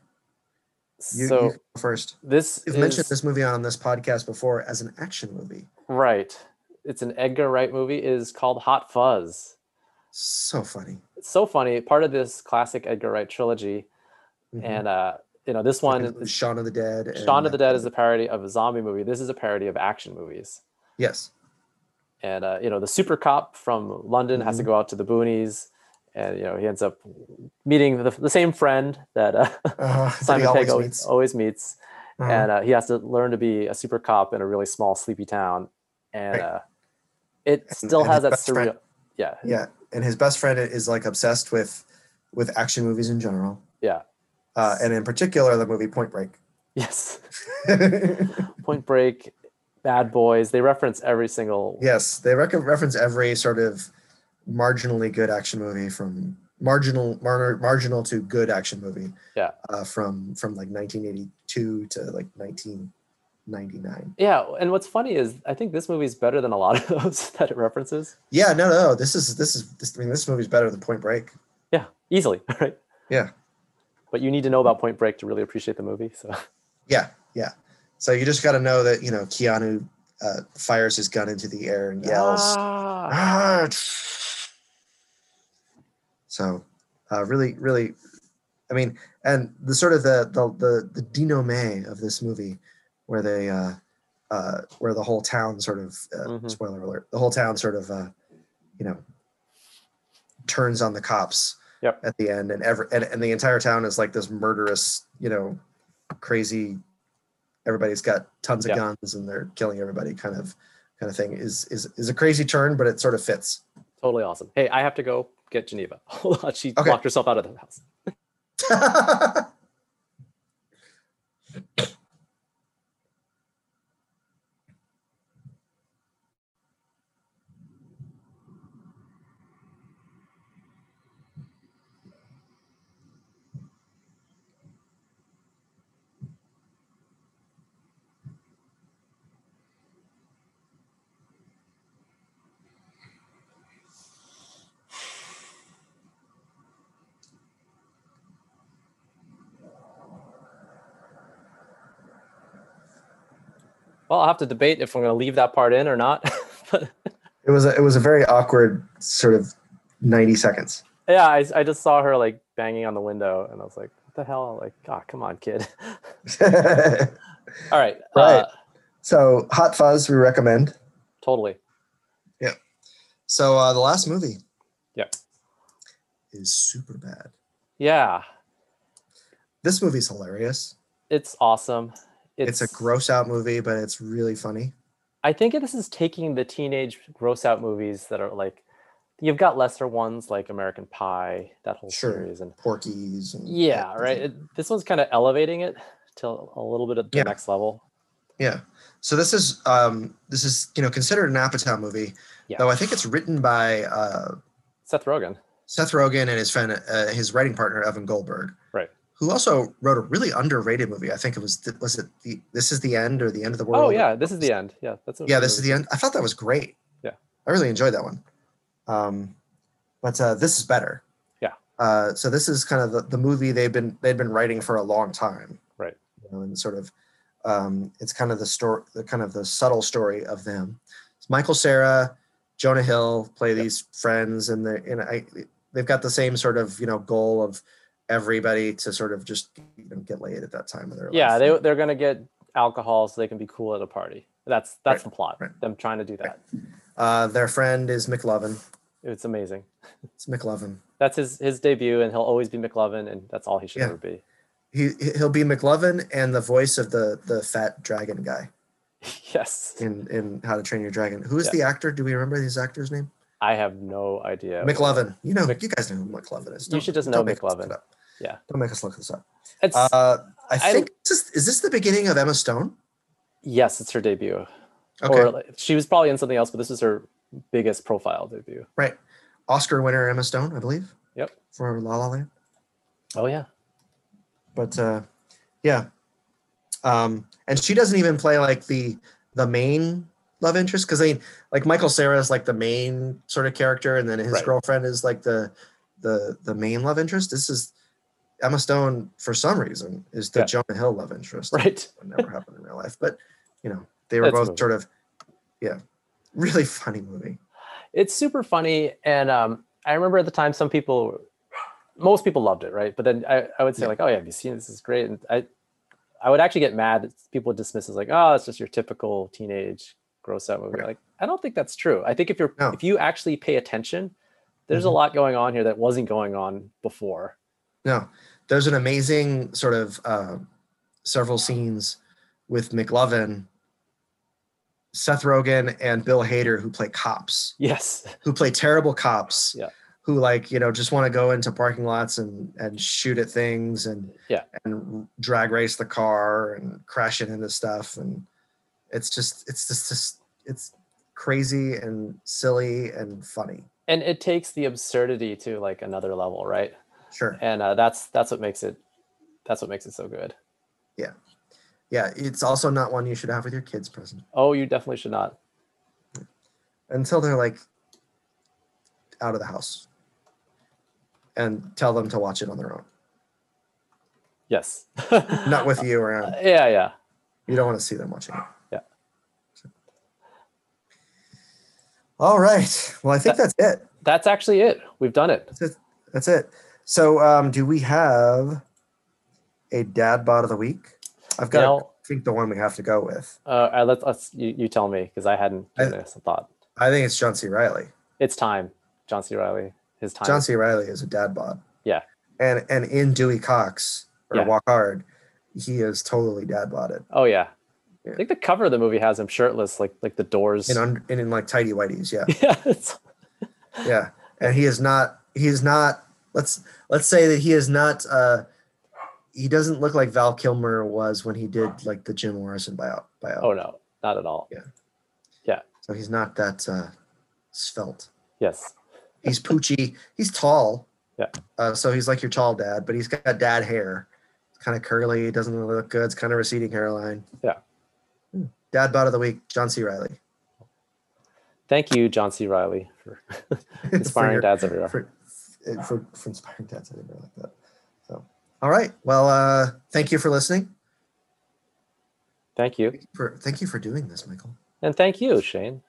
Speaker 3: You,
Speaker 2: so
Speaker 3: you go first.
Speaker 2: this
Speaker 3: We've
Speaker 2: is
Speaker 3: mentioned this movie on this podcast before as an action movie.
Speaker 2: right. It's an Edgar Wright movie. It is called Hot Fuzz.
Speaker 3: So funny.
Speaker 2: It's so funny. Part of this classic Edgar Wright trilogy,
Speaker 3: Mhm.
Speaker 2: and uh, you know this one.
Speaker 3: Like,
Speaker 2: is-
Speaker 3: Shaun of the Dead. and,
Speaker 2: Shaun of
Speaker 3: uh,
Speaker 2: the Dead is a parody of a zombie movie. This is a parody of action movies. *laughs*
Speaker 3: Yes.
Speaker 2: and uh, you know the super cop from London has to
Speaker 3: Mm-hmm.
Speaker 2: go out to the boonies, and you know he ends up meeting the, the same friend that uh, *laughs*
Speaker 3: Uh, that he
Speaker 2: Simon
Speaker 3: always
Speaker 2: Pegg always, oh,
Speaker 3: meets.
Speaker 2: always meets,
Speaker 3: Uh-huh.
Speaker 2: and uh, he has to learn to be a super cop in a really small, sleepy town, and
Speaker 3: Right.
Speaker 2: uh, it
Speaker 3: And-
Speaker 2: still
Speaker 3: and
Speaker 2: has
Speaker 3: his
Speaker 2: that
Speaker 3: best friend-
Speaker 2: surreal. Yeah, *laughs*
Speaker 3: yeah and his best friend is like obsessed with with action movies in general
Speaker 2: Yeah.
Speaker 3: uh, and in particular the movie point break *laughs*
Speaker 2: yes. Point Break, Bad Boys. They reference every single.
Speaker 3: yes they rec- reference every sort of marginally good action movie from marginal mar- marginal to good action movie
Speaker 2: Yeah.
Speaker 3: uh, from from like 1982 to like 1999
Speaker 2: Yeah, and what's funny is I think this movie's better than a lot of *laughs* those that it references.
Speaker 3: yeah no no this is this is this, i mean this movie's better than point break
Speaker 2: Yeah, easily, *laughs* right?
Speaker 3: Yeah.
Speaker 2: But but you need to know about Point Break to really appreciate the movie. So
Speaker 3: Yeah, yeah. So you just got to know that you know Keanu uh, fires his gun into the air and yells.
Speaker 2: Ah.
Speaker 3: "Ah!" so, uh, really, really, I mean, and the sort of the the the, the denouement of this movie, where they uh, uh, where the whole town sort of uh,
Speaker 2: Mhm.
Speaker 3: spoiler alert, the whole town sort of uh, you know turns on the cops
Speaker 2: Yep.
Speaker 3: at the end, and every and, and the entire town is like this murderous, you know, crazy. Everybody's got tons of
Speaker 2: Yeah.
Speaker 3: guns and they're killing everybody, kind of kind of thing is is is a crazy turn, but it sort of fits. *laughs*
Speaker 2: totally awesome. Hey, I have to go get Geneva. *laughs* Hold on, she
Speaker 3: Okay.
Speaker 2: locked herself out of the house. Well, I'll have to debate if I'm going to leave that part in or not. *laughs* but
Speaker 3: it was a, it was a very awkward sort of ninety seconds.
Speaker 2: yeah, I, I just saw her like banging on the window, and I was like, "What the hell? Like, ah, come on, kid." *laughs* All right,
Speaker 3: Right.
Speaker 2: Uh,
Speaker 3: *laughs* so Hot Fuzz, we recommend.
Speaker 2: totally.
Speaker 3: So uh, the last movie,
Speaker 2: Yep.
Speaker 3: is super bad.
Speaker 2: Yeah,
Speaker 3: This movie's hilarious.
Speaker 2: it's awesome.
Speaker 3: It's, a gross out movie, but it's really funny.
Speaker 2: I think this is taking the teenage gross out movies that are like you've got lesser ones like American Pie, that whole
Speaker 3: Sure.
Speaker 2: series, and
Speaker 3: Porkies. And
Speaker 2: yeah, right. It, this one's kind of elevating it to a little bit at the
Speaker 3: Yeah.
Speaker 2: next level.
Speaker 3: Yeah. So this is um this is you know considered an Apatow movie,
Speaker 2: Yeah.
Speaker 3: though I think it's written by uh
Speaker 2: Seth Rogen.
Speaker 3: Seth Rogen and his friend, uh, his writing partner Evan Goldberg,
Speaker 2: Right.
Speaker 3: Who also wrote a really underrated movie. I think it was th- was it the This is the End or the End of the World?
Speaker 2: Oh yeah, this is the end. Yeah, that's a
Speaker 3: yeah.
Speaker 2: good
Speaker 3: This is
Speaker 2: movie.
Speaker 3: the end. I thought that was great.
Speaker 2: Yeah.
Speaker 3: I really enjoyed that one. Um, but uh, this is better.
Speaker 2: Yeah.
Speaker 3: Uh, so this is kind of the, the movie they've been they've been writing for a long time.
Speaker 2: Right.
Speaker 3: You know, and sort of, um, it's kind of the story, the kind of the subtle story of them. It's Michael Sarah, Jonah Hill play
Speaker 2: Yep.
Speaker 3: these friends, and they and I they've got the same sort of you know goal of everybody to sort of just you know, get laid at that time of their
Speaker 2: yeah.
Speaker 3: life.
Speaker 2: They they're gonna get alcohol so they can be cool at a party. That's
Speaker 3: Right,
Speaker 2: that's the plot.
Speaker 3: right.
Speaker 2: Them trying to do that.
Speaker 3: Right. uh, their friend is McLovin.
Speaker 2: It's amazing.
Speaker 3: It's McLovin.
Speaker 2: That's his his debut, and he'll always be McLovin, and that's all he should
Speaker 3: Yeah.
Speaker 2: ever be. *laughs*
Speaker 3: he he'll be McLovin and the voice of the the fat dragon guy
Speaker 2: yes,
Speaker 3: in in How to Train Your Dragon. Who is
Speaker 2: Yeah.
Speaker 3: the actor? Do we remember his actor's name?
Speaker 2: I have no idea. what-
Speaker 3: McLovin. You know,
Speaker 2: Mc-
Speaker 3: you guys know who McLovin is.
Speaker 2: You should just know
Speaker 3: make us look
Speaker 2: McLovin.
Speaker 3: it up.
Speaker 2: Yeah.
Speaker 3: don't make us look this up.
Speaker 2: It's
Speaker 3: Uh, I
Speaker 2: I-
Speaker 3: think this is, is this the beginning of Emma Stone?
Speaker 2: yes, it's her debut.
Speaker 3: Okay,
Speaker 2: Or like, she was probably in something else, but this is her biggest profile debut.
Speaker 3: right. Oscar winner Emma Stone, I believe.
Speaker 2: Yep.
Speaker 3: For La La Land,
Speaker 2: Oh yeah.
Speaker 3: but uh, yeah, um, and she doesn't even play like the the main love interest because I mean, like Michael Sarah is like the main sort of character, and then his
Speaker 2: Right.
Speaker 3: girlfriend is like the the the main love interest. This is Emma Stone for some reason is the
Speaker 2: Yeah.
Speaker 3: Jonah Hill love interest.
Speaker 2: Right.
Speaker 3: That never happened in real life, but you know they were
Speaker 2: That's a
Speaker 3: both
Speaker 2: movie.
Speaker 3: sort of yeah, really funny movie.
Speaker 2: It's super funny, and um, I remember at the time some people, most people loved it, right? But then I, I would say
Speaker 3: Yeah.
Speaker 2: like, oh yeah, have you seen it? this? Is great, and I, I would actually get mad that people would dismiss it as like, oh, it's just your typical teenage gross out movie.
Speaker 3: Right.
Speaker 2: Like, I don't think that's true. I think if you're
Speaker 3: No.
Speaker 2: if you actually pay attention, there's a
Speaker 3: Mhm.
Speaker 2: lot going on here that wasn't going on before.
Speaker 3: No, there's an amazing sort of uh, several scenes with McLovin, Seth Rogen, and Bill Hader who play cops.
Speaker 2: Yes.
Speaker 3: who play terrible cops
Speaker 2: Yeah.
Speaker 3: who like you know just want to go into parking lots and and shoot at things and
Speaker 2: Yeah.
Speaker 3: and drag race the car and crash it into stuff and it's just it's just, just it's crazy and silly and funny
Speaker 2: and it takes the absurdity to like another level right
Speaker 3: sure
Speaker 2: and uh, that's that's what makes it that's what makes it so good
Speaker 3: yeah it's also not one you should have with your kids present
Speaker 2: oh you definitely should not
Speaker 3: until they're like out of the house and tell them to watch it on their own
Speaker 2: Yes. *laughs*
Speaker 3: Not with you around.
Speaker 2: yeah, yeah.
Speaker 3: You don't want to see them watching it.
Speaker 2: Yeah.
Speaker 3: All right. Well, I think that's it.
Speaker 2: That's actually it. We've done it.
Speaker 3: That's it. So, um, do we have a dad bod of the week? I've got.
Speaker 2: Now,
Speaker 3: I think the one we have to go with.
Speaker 2: uh, I- let's, let's you, you tell me because I hadn't
Speaker 3: I-
Speaker 2: given this a thought.
Speaker 3: I think it's John C. Riley.
Speaker 2: It's time, John C. Riley. His time.
Speaker 3: John C. Riley is a dad bod.
Speaker 2: Yeah.
Speaker 3: And and in Dewey Cox or
Speaker 2: Yeah.
Speaker 3: Walk Hard, he is totally dad bodded
Speaker 2: oh yeah.
Speaker 3: Yeah.
Speaker 2: I think the cover of the movie has him shirtless, like like the Doors. *laughs*
Speaker 3: in un, in, in like tidy whities. Yeah,
Speaker 2: yeah, it's,
Speaker 3: yeah. And he is not. He is not. Let's let's say that he is not. uh He doesn't look like Val Kilmer was when he did like the Jim Morrison buyout. buyout.
Speaker 2: oh no, not at all.
Speaker 3: So he's not that uh svelte.
Speaker 2: Yes.
Speaker 3: He's poochy. He's tall.
Speaker 2: Yeah.
Speaker 3: Uh, so he's like your tall dad, but he's got dad hair. It's kind of curly. It doesn't really look good. It's kind of receding hairline.
Speaker 2: Yeah.
Speaker 3: Hmm. Dad bod of the week, John C. *laughs* Riley.
Speaker 2: Thank you, John C. Riley, for
Speaker 3: *laughs* For
Speaker 2: inspiring
Speaker 3: your-
Speaker 2: dads everywhere.
Speaker 3: For, uh, for, for inspiring dads. I didn't really like that. So, all right. Well, uh, thank you for listening.
Speaker 2: Thank you,
Speaker 3: For thank you for doing this, Michael.
Speaker 2: and thank you, Shane.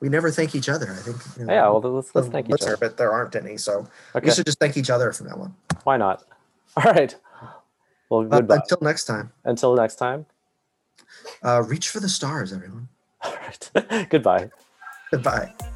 Speaker 3: We never thank each other. I think. you know,
Speaker 2: Yeah, well let's let's
Speaker 3: we're
Speaker 2: thank each
Speaker 3: closer,
Speaker 2: other.
Speaker 3: But there aren't any, so
Speaker 2: Okay,
Speaker 3: we should just thank each other from now on.
Speaker 2: why not? *laughs* All right. Well,
Speaker 3: Uh,
Speaker 2: goodbye.
Speaker 3: until next time,
Speaker 2: Until next time. *laughs*
Speaker 3: uh, reach for the stars, everyone.
Speaker 2: All right. *laughs* goodbye.
Speaker 3: Goodbye.